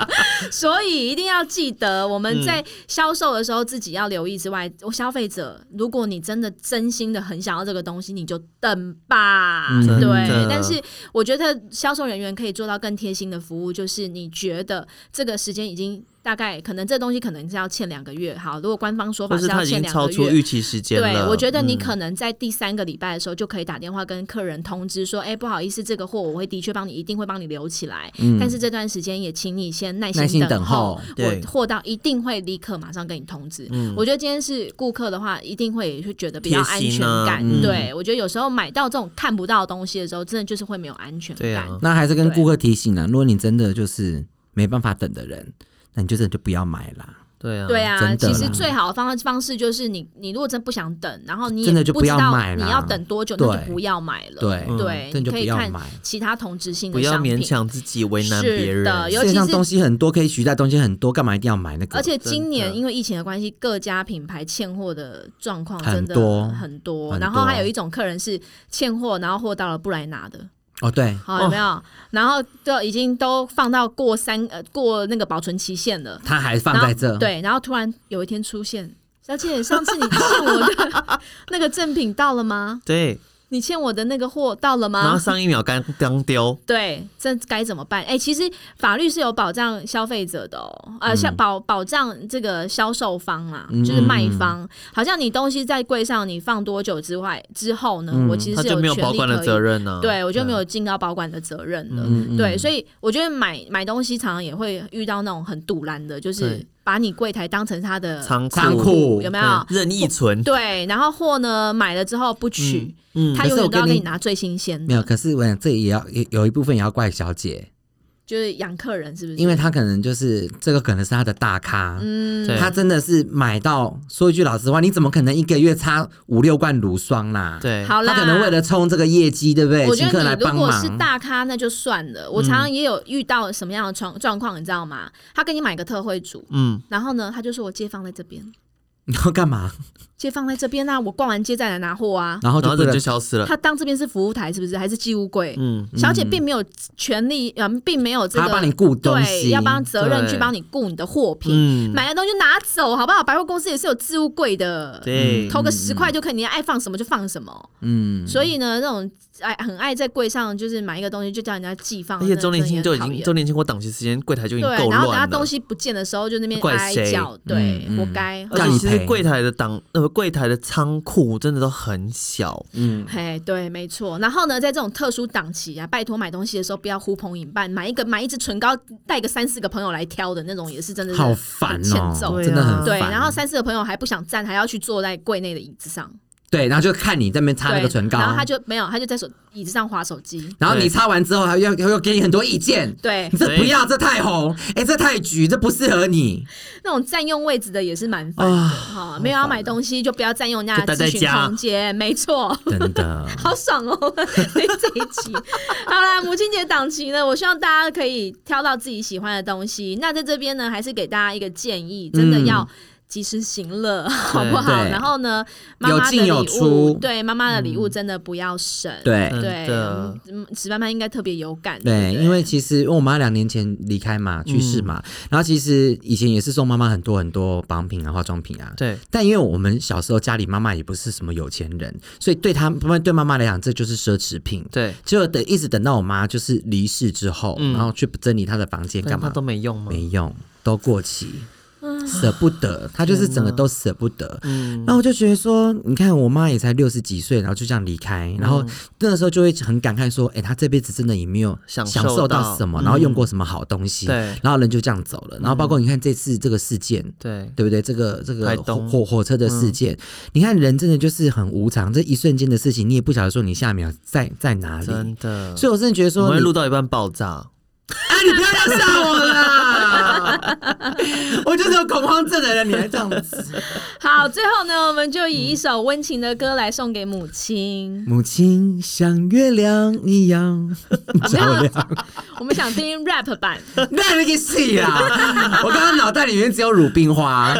Speaker 3: 所以一定要记得，我
Speaker 2: 嗯
Speaker 3: 们在销售的时候自己要留意之外，我消费者，如果你真的真心的很想要这个东西，你就等吧，
Speaker 4: 嗯
Speaker 2: 真
Speaker 3: 对
Speaker 2: 的。
Speaker 3: 但是我觉得销售人员可以做到更贴心的服务，就是你觉得这个时间已经大概可能这东西可能是要欠两个月，好，如果官方说法
Speaker 2: 或是
Speaker 3: 是
Speaker 2: 他
Speaker 3: 要
Speaker 2: 已经
Speaker 3: 欠两
Speaker 2: 超
Speaker 3: 个
Speaker 2: 出
Speaker 3: 月，
Speaker 2: 预期时间
Speaker 3: 对，
Speaker 2: 了，
Speaker 3: 我觉得你
Speaker 2: 嗯
Speaker 3: 可能在第三个礼拜的时候就可以打电话跟客人通知说，哎、不好意思，这个货我会的确帮你，一定会帮你留起来，
Speaker 2: 嗯
Speaker 3: 但是这段时间也请你先耐
Speaker 4: 耐心
Speaker 3: 心
Speaker 4: 等
Speaker 3: 候
Speaker 4: 候，
Speaker 2: 对嗯
Speaker 3: 我货到一定会立刻马上跟你通知。我觉得今天是顾客的话，一定会会觉得比较安
Speaker 2: 贴
Speaker 3: 全
Speaker 2: 心啊
Speaker 3: 感。
Speaker 2: 嗯
Speaker 3: 对我觉得有时候买到这种看不到的东西的时候，真的就是会没有安全
Speaker 2: 对
Speaker 3: 感。
Speaker 2: 啊
Speaker 4: 那还是跟顾客提醒啊，如果你真的就是没办法等的人，那你就真的就不要买啦。
Speaker 2: 对啊，
Speaker 3: 对啊，
Speaker 4: 嗯真的
Speaker 3: 其
Speaker 4: 啦
Speaker 3: 实最好的方方式就是你，你如果真不想等，然后你
Speaker 4: 真的
Speaker 3: 也
Speaker 4: 就
Speaker 3: 不
Speaker 4: 不
Speaker 3: 知
Speaker 4: 要
Speaker 3: 道
Speaker 4: 买
Speaker 3: 你
Speaker 4: 啦
Speaker 3: 要等多久，那就
Speaker 4: 对
Speaker 3: 不要买了。
Speaker 4: 对
Speaker 2: 嗯
Speaker 3: 对，
Speaker 4: 真的
Speaker 3: 你
Speaker 4: 就
Speaker 3: 可
Speaker 4: 不
Speaker 3: 以
Speaker 4: 要
Speaker 3: 看
Speaker 4: 买
Speaker 3: 其他同质性
Speaker 2: 不
Speaker 3: 的
Speaker 2: 要
Speaker 3: 商品。
Speaker 2: 勉强自己为难
Speaker 3: 是
Speaker 2: 别人，
Speaker 3: 的尤
Speaker 4: 世
Speaker 3: 其
Speaker 4: 界上
Speaker 3: 是
Speaker 4: 东西很多可以取代，东西很多，干嘛一定要买那个？
Speaker 3: 而且今年
Speaker 2: 真的
Speaker 3: 因为疫情的关系，各家品牌欠货的状况真的
Speaker 4: 很多
Speaker 3: 很多
Speaker 4: 很多
Speaker 3: 然后还有一种客人是欠货，然后货到了不来拿的，
Speaker 4: 哦，对，
Speaker 3: 好有没有？然后都已经都放到过三呃过那个保存期限了，
Speaker 4: 它还放
Speaker 3: 然后
Speaker 4: 在这，，
Speaker 3: 对，然后突然有一天出现。小姐，上次你欠我 的那个赠品到了吗？
Speaker 2: 对，
Speaker 3: 你欠我的那个货到了吗？
Speaker 2: 然后上一秒刚刚 丢，
Speaker 3: 对，这该怎么办？哎、其实法律是有保障消费者的哦，呃，
Speaker 2: 嗯
Speaker 3: 消、保保障这个销售方啊，就是卖
Speaker 2: 嗯
Speaker 3: 方。好像你东西在柜上你放多久之外之后呢，我其
Speaker 2: 嗯
Speaker 3: 实
Speaker 2: 他
Speaker 3: 是
Speaker 2: 就没有
Speaker 3: 权
Speaker 2: 保
Speaker 3: 利
Speaker 2: 管的
Speaker 3: 可以
Speaker 2: 责。任啊呢、
Speaker 3: 对，我就没有尽到保管的责任了。
Speaker 4: 嗯
Speaker 3: 对，所以我觉得买买东西常常也会遇到那种很堵拦的，就是
Speaker 2: 对
Speaker 3: 把你柜台当成他的
Speaker 2: 仓库
Speaker 4: 仓库
Speaker 3: 有没有？
Speaker 2: 对任意存，
Speaker 3: 对，然后货呢买了之后不取，
Speaker 2: 嗯，
Speaker 3: 他
Speaker 4: 可是
Speaker 3: 永远
Speaker 4: 我
Speaker 3: 都要
Speaker 4: 跟
Speaker 3: 给
Speaker 4: 你
Speaker 3: 你拿最新鲜
Speaker 4: 没有。
Speaker 3: 的，
Speaker 4: 可是我想这也要也有一部分也要怪小姐，
Speaker 3: 就是养客人是不是？
Speaker 4: 因为她可能就是这个可能是她的大咖，
Speaker 3: 嗯，
Speaker 2: 对
Speaker 4: 她真的是买到。说一句老实话，你怎么可能一个月擦五六罐乳霜啦？，
Speaker 2: 对，
Speaker 3: 好啦，
Speaker 4: 她可能为了冲这个业绩，对不对？
Speaker 3: 我觉
Speaker 4: 请客人
Speaker 3: 得
Speaker 4: 来
Speaker 3: 你如
Speaker 4: 帮
Speaker 3: 果是
Speaker 4: 忙。 嗯
Speaker 3: 大咖，那就算了。我常常也有遇到什么样的状状况，你知道吗？他给你买个特惠组，
Speaker 2: 嗯，
Speaker 3: 然后呢，他就说我街放在这边，
Speaker 4: 你要干嘛？
Speaker 3: 街放在这边啊，我逛完街再来拿货啊。
Speaker 4: 然后
Speaker 2: 然
Speaker 4: 就
Speaker 2: 后
Speaker 4: 不
Speaker 2: 人
Speaker 4: 能
Speaker 2: 就消失了，
Speaker 3: 他当这边是服务台，是不是？还是寄物柜？
Speaker 2: 嗯，
Speaker 3: 小姐并没有权利，嗯，并没有这
Speaker 4: 她
Speaker 3: 个
Speaker 4: 帮你顾东西，
Speaker 3: 对，要帮责任去
Speaker 2: 对
Speaker 3: 帮你顾你的货品，
Speaker 2: 嗯，
Speaker 3: 买了东西就拿走，好不好？百货公司也是有置物柜的，
Speaker 2: 对，嗯
Speaker 3: 投个十块就可以，你爱放什么就放什么。
Speaker 4: 嗯，
Speaker 3: 所以呢，那种爱很爱在柜上就是买一个东西就叫人家寄放，
Speaker 2: 而且
Speaker 3: 那
Speaker 2: 周年庆就已经
Speaker 3: 真的很
Speaker 2: 周
Speaker 3: 讨厌
Speaker 2: 年庆或档期时间柜台就已经
Speaker 3: 对，
Speaker 2: 够
Speaker 3: 然后等他
Speaker 2: 乱
Speaker 3: 东
Speaker 2: 了。
Speaker 3: 西不见的时候，就那边
Speaker 2: 怪
Speaker 3: 哀
Speaker 2: 谁
Speaker 3: 叫，对，
Speaker 4: 嗯嗯
Speaker 3: 活该。
Speaker 2: 而且其实柜台的档，呃，柜台的仓库真的都很小，
Speaker 4: 嗯，
Speaker 3: 嘿，哎对，没错。然后呢，在这种特殊档期啊，拜托买东西的时候不要呼朋引伴，买一个买一支唇膏，带个三四个朋友来挑的那种，也是真的是
Speaker 4: 好
Speaker 3: 很
Speaker 4: 烦
Speaker 3: 欠
Speaker 4: 哦、
Speaker 3: 揍。
Speaker 2: 对
Speaker 4: 真的很
Speaker 3: 对，
Speaker 4: 烦
Speaker 3: 然后三四个朋友还不想站，还要去坐在柜内的椅子上。
Speaker 4: 对，然后就看你在那边擦那
Speaker 3: 对
Speaker 4: 个唇膏，
Speaker 3: 然后他就没有，他就在手椅子上划手 机。
Speaker 4: 然后你擦完之后，他又又又给你很多意见。
Speaker 3: 对
Speaker 4: 你，这不要，这太红，哎，这太橘，这不适合你。
Speaker 3: 那种占用位置的也是蛮烦
Speaker 4: 啊
Speaker 3: 的哈、没有要买东西就不要占用人家
Speaker 2: 就
Speaker 3: 的
Speaker 2: 待在
Speaker 3: 咨询
Speaker 2: 家
Speaker 3: 空间，没错。
Speaker 4: 真的，
Speaker 3: 好爽哦！ 这一集 好啦，母亲节档期呢，我希望大家可以挑到自己喜欢的东西。那在这边呢，还是给大家一个建议，真的要及时行乐， 好不好？
Speaker 4: 嗯对
Speaker 3: 然后呢，妈妈
Speaker 4: 有
Speaker 3: 的
Speaker 4: 进有
Speaker 3: 礼物
Speaker 4: 出，嗯
Speaker 3: 对妈妈的礼物真的不要省。
Speaker 4: 对
Speaker 3: 对
Speaker 2: 真的，
Speaker 3: 嗯，史班班应该特别有感。
Speaker 4: 对，嗯
Speaker 3: 不
Speaker 4: 因为其实因为我妈两年前离开嘛，去世嘛，然后其实以前也是送妈妈很多很多保养品啊、化妆品啊。
Speaker 2: 对，
Speaker 4: 但因为我们小时候家里妈妈也不是什么有钱人，所以对她对妈妈来讲，这就是奢侈品。
Speaker 2: 对，
Speaker 4: 结果等一直等到我妈就是离
Speaker 2: 嗯
Speaker 4: 世之后，然后去整理她的房间
Speaker 2: 但
Speaker 4: 干
Speaker 2: 他
Speaker 4: 嘛
Speaker 2: 都没用吗？
Speaker 4: 没用，都过期。舍不得，他就是整个都舍不得。然后我就觉得说，你看我妈也才六十几岁，然后就这样离
Speaker 2: 嗯
Speaker 4: 开，然后那个时候就会很感慨说，哎、她这辈子真的也没有
Speaker 2: 享
Speaker 4: 享
Speaker 2: 受
Speaker 4: 受
Speaker 2: 到
Speaker 4: 到什么，
Speaker 2: 嗯
Speaker 4: 然后用过什么好东西，
Speaker 2: 对嗯
Speaker 4: 然后人就这样走了。然后包括你看这次这个事件，
Speaker 2: 对
Speaker 4: 对不对？这个这个
Speaker 2: 台
Speaker 4: 火
Speaker 2: 东嗯
Speaker 4: 火火车的事件，你看人真的就是很无常，这一瞬间的事情，你也不晓得说你下一秒在在哪里。
Speaker 2: 真的，
Speaker 4: 所以我真的觉得
Speaker 2: 我
Speaker 4: 说
Speaker 2: 们会
Speaker 4: 你，
Speaker 2: 录到一半爆炸。
Speaker 4: 啊，你不要再吓我啦！ 我就是有恐慌症的人，你还这样 子。
Speaker 3: 好，最后呢，我们就以一首温情的歌来送给母亲。
Speaker 4: 母亲像月亮一样照亮。
Speaker 3: 我们想听 rap 版，
Speaker 4: 那那个戏啊， 我刚刚脑袋里面只有鲁冰花。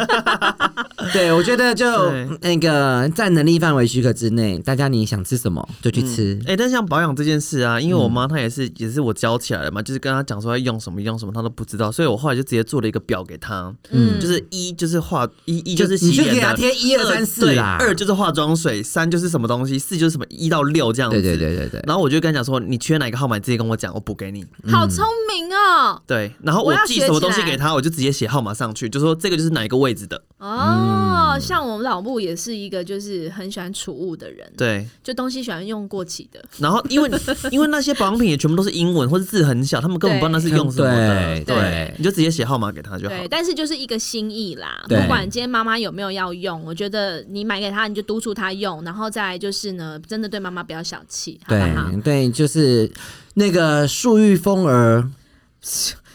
Speaker 4: 对，我觉得就
Speaker 2: 对
Speaker 4: 那个在能力范围许可之内，大家你想吃什么就去吃。嗯
Speaker 2: 哎、但像保养这件事啊，因为我妈她也是、也是我教起来的嘛，就是跟她讲说要用什么用什么，她都不知道，所以我后来就直接做了一个表给她，
Speaker 3: 嗯
Speaker 2: 嗯，就是一就是化一一
Speaker 4: 就
Speaker 2: 就是洗
Speaker 4: 你就
Speaker 2: 脸
Speaker 4: 给她
Speaker 2: 的，
Speaker 4: 贴一二三四
Speaker 2: 对
Speaker 4: 啦。
Speaker 2: 二就是化妆水，三就是什么东西，四就是什么一到六这样子，
Speaker 4: 对对对对对。
Speaker 2: 然后我就跟她讲说，你缺哪个号码，你直接跟我讲，我补给你。
Speaker 3: 好聪明哦！
Speaker 2: 对，然后
Speaker 3: 我
Speaker 2: 我
Speaker 3: 要
Speaker 2: 寄
Speaker 3: 学起
Speaker 2: 什么东西
Speaker 3: 来
Speaker 2: 给她，我就直接写号码上去，就说这个就是哪一个位置的。
Speaker 3: 哦，像我们老母也是一个就是很喜欢储物的人，
Speaker 2: 对，
Speaker 3: 就东西喜欢用过期的。
Speaker 2: 然后因为因为那些保养品也全部都是英文或者字很小，他们根本不知道那是用什么的。
Speaker 4: 对
Speaker 3: 对
Speaker 4: 对
Speaker 2: 你就直接写号码给她就好
Speaker 3: 对，
Speaker 2: 了。
Speaker 3: 但是就是一个心意啦。不
Speaker 4: 对
Speaker 3: 管今天妈妈有没有要用，我觉得你买给她，你就督促她用，然后再来就是呢，真的对妈妈不要小气，好不好？
Speaker 4: 对对，就是那个树欲风儿，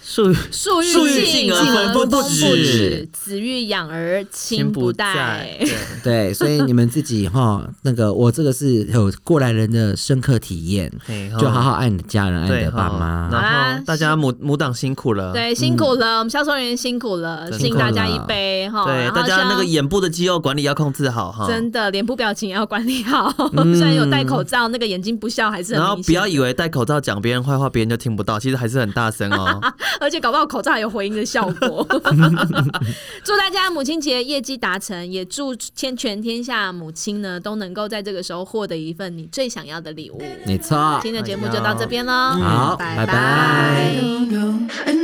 Speaker 2: 术语
Speaker 3: 树欲
Speaker 2: 树欲
Speaker 3: 静
Speaker 2: 静而
Speaker 3: 而
Speaker 2: 风
Speaker 3: 不
Speaker 2: 不
Speaker 3: 止
Speaker 2: 止，
Speaker 3: 子欲养而亲不
Speaker 2: 不
Speaker 3: 待。
Speaker 2: 对
Speaker 4: 对，所以你们自己哈，那个我这个是有过来人的深刻体验，
Speaker 2: 嘿
Speaker 4: 就好好爱你的家人，爱你
Speaker 2: 哦对哦
Speaker 4: 的爸
Speaker 2: 好
Speaker 4: 妈。
Speaker 2: 然后大家母母党辛苦了，
Speaker 3: 对，辛苦了，我们销售人员辛苦了，
Speaker 2: 嗯真的
Speaker 3: 敬大家一杯哈。
Speaker 2: 对
Speaker 3: 然后
Speaker 2: 大家那个
Speaker 3: 希望
Speaker 2: 眼部的肌肉管理要控制好哈。嗯
Speaker 3: 真的脸部表情也要管理好，虽然有戴口罩，那个眼睛不笑还是很
Speaker 2: 然后
Speaker 3: 明
Speaker 2: 不
Speaker 3: 显
Speaker 2: 要以为戴口罩讲别人坏话，别人就听不到，其实还是很大声哦。
Speaker 3: 而且搞不好口罩还有回音的效 果。祝大家母亲节业绩达成，也祝天全天下母亲呢都能够在这个时候获得一份你最想
Speaker 2: 哎
Speaker 3: 要的礼物。
Speaker 4: 没错，
Speaker 2: 嗯
Speaker 3: 今天的节目就到这边喽，
Speaker 4: 好，拜拜
Speaker 1: don't know. And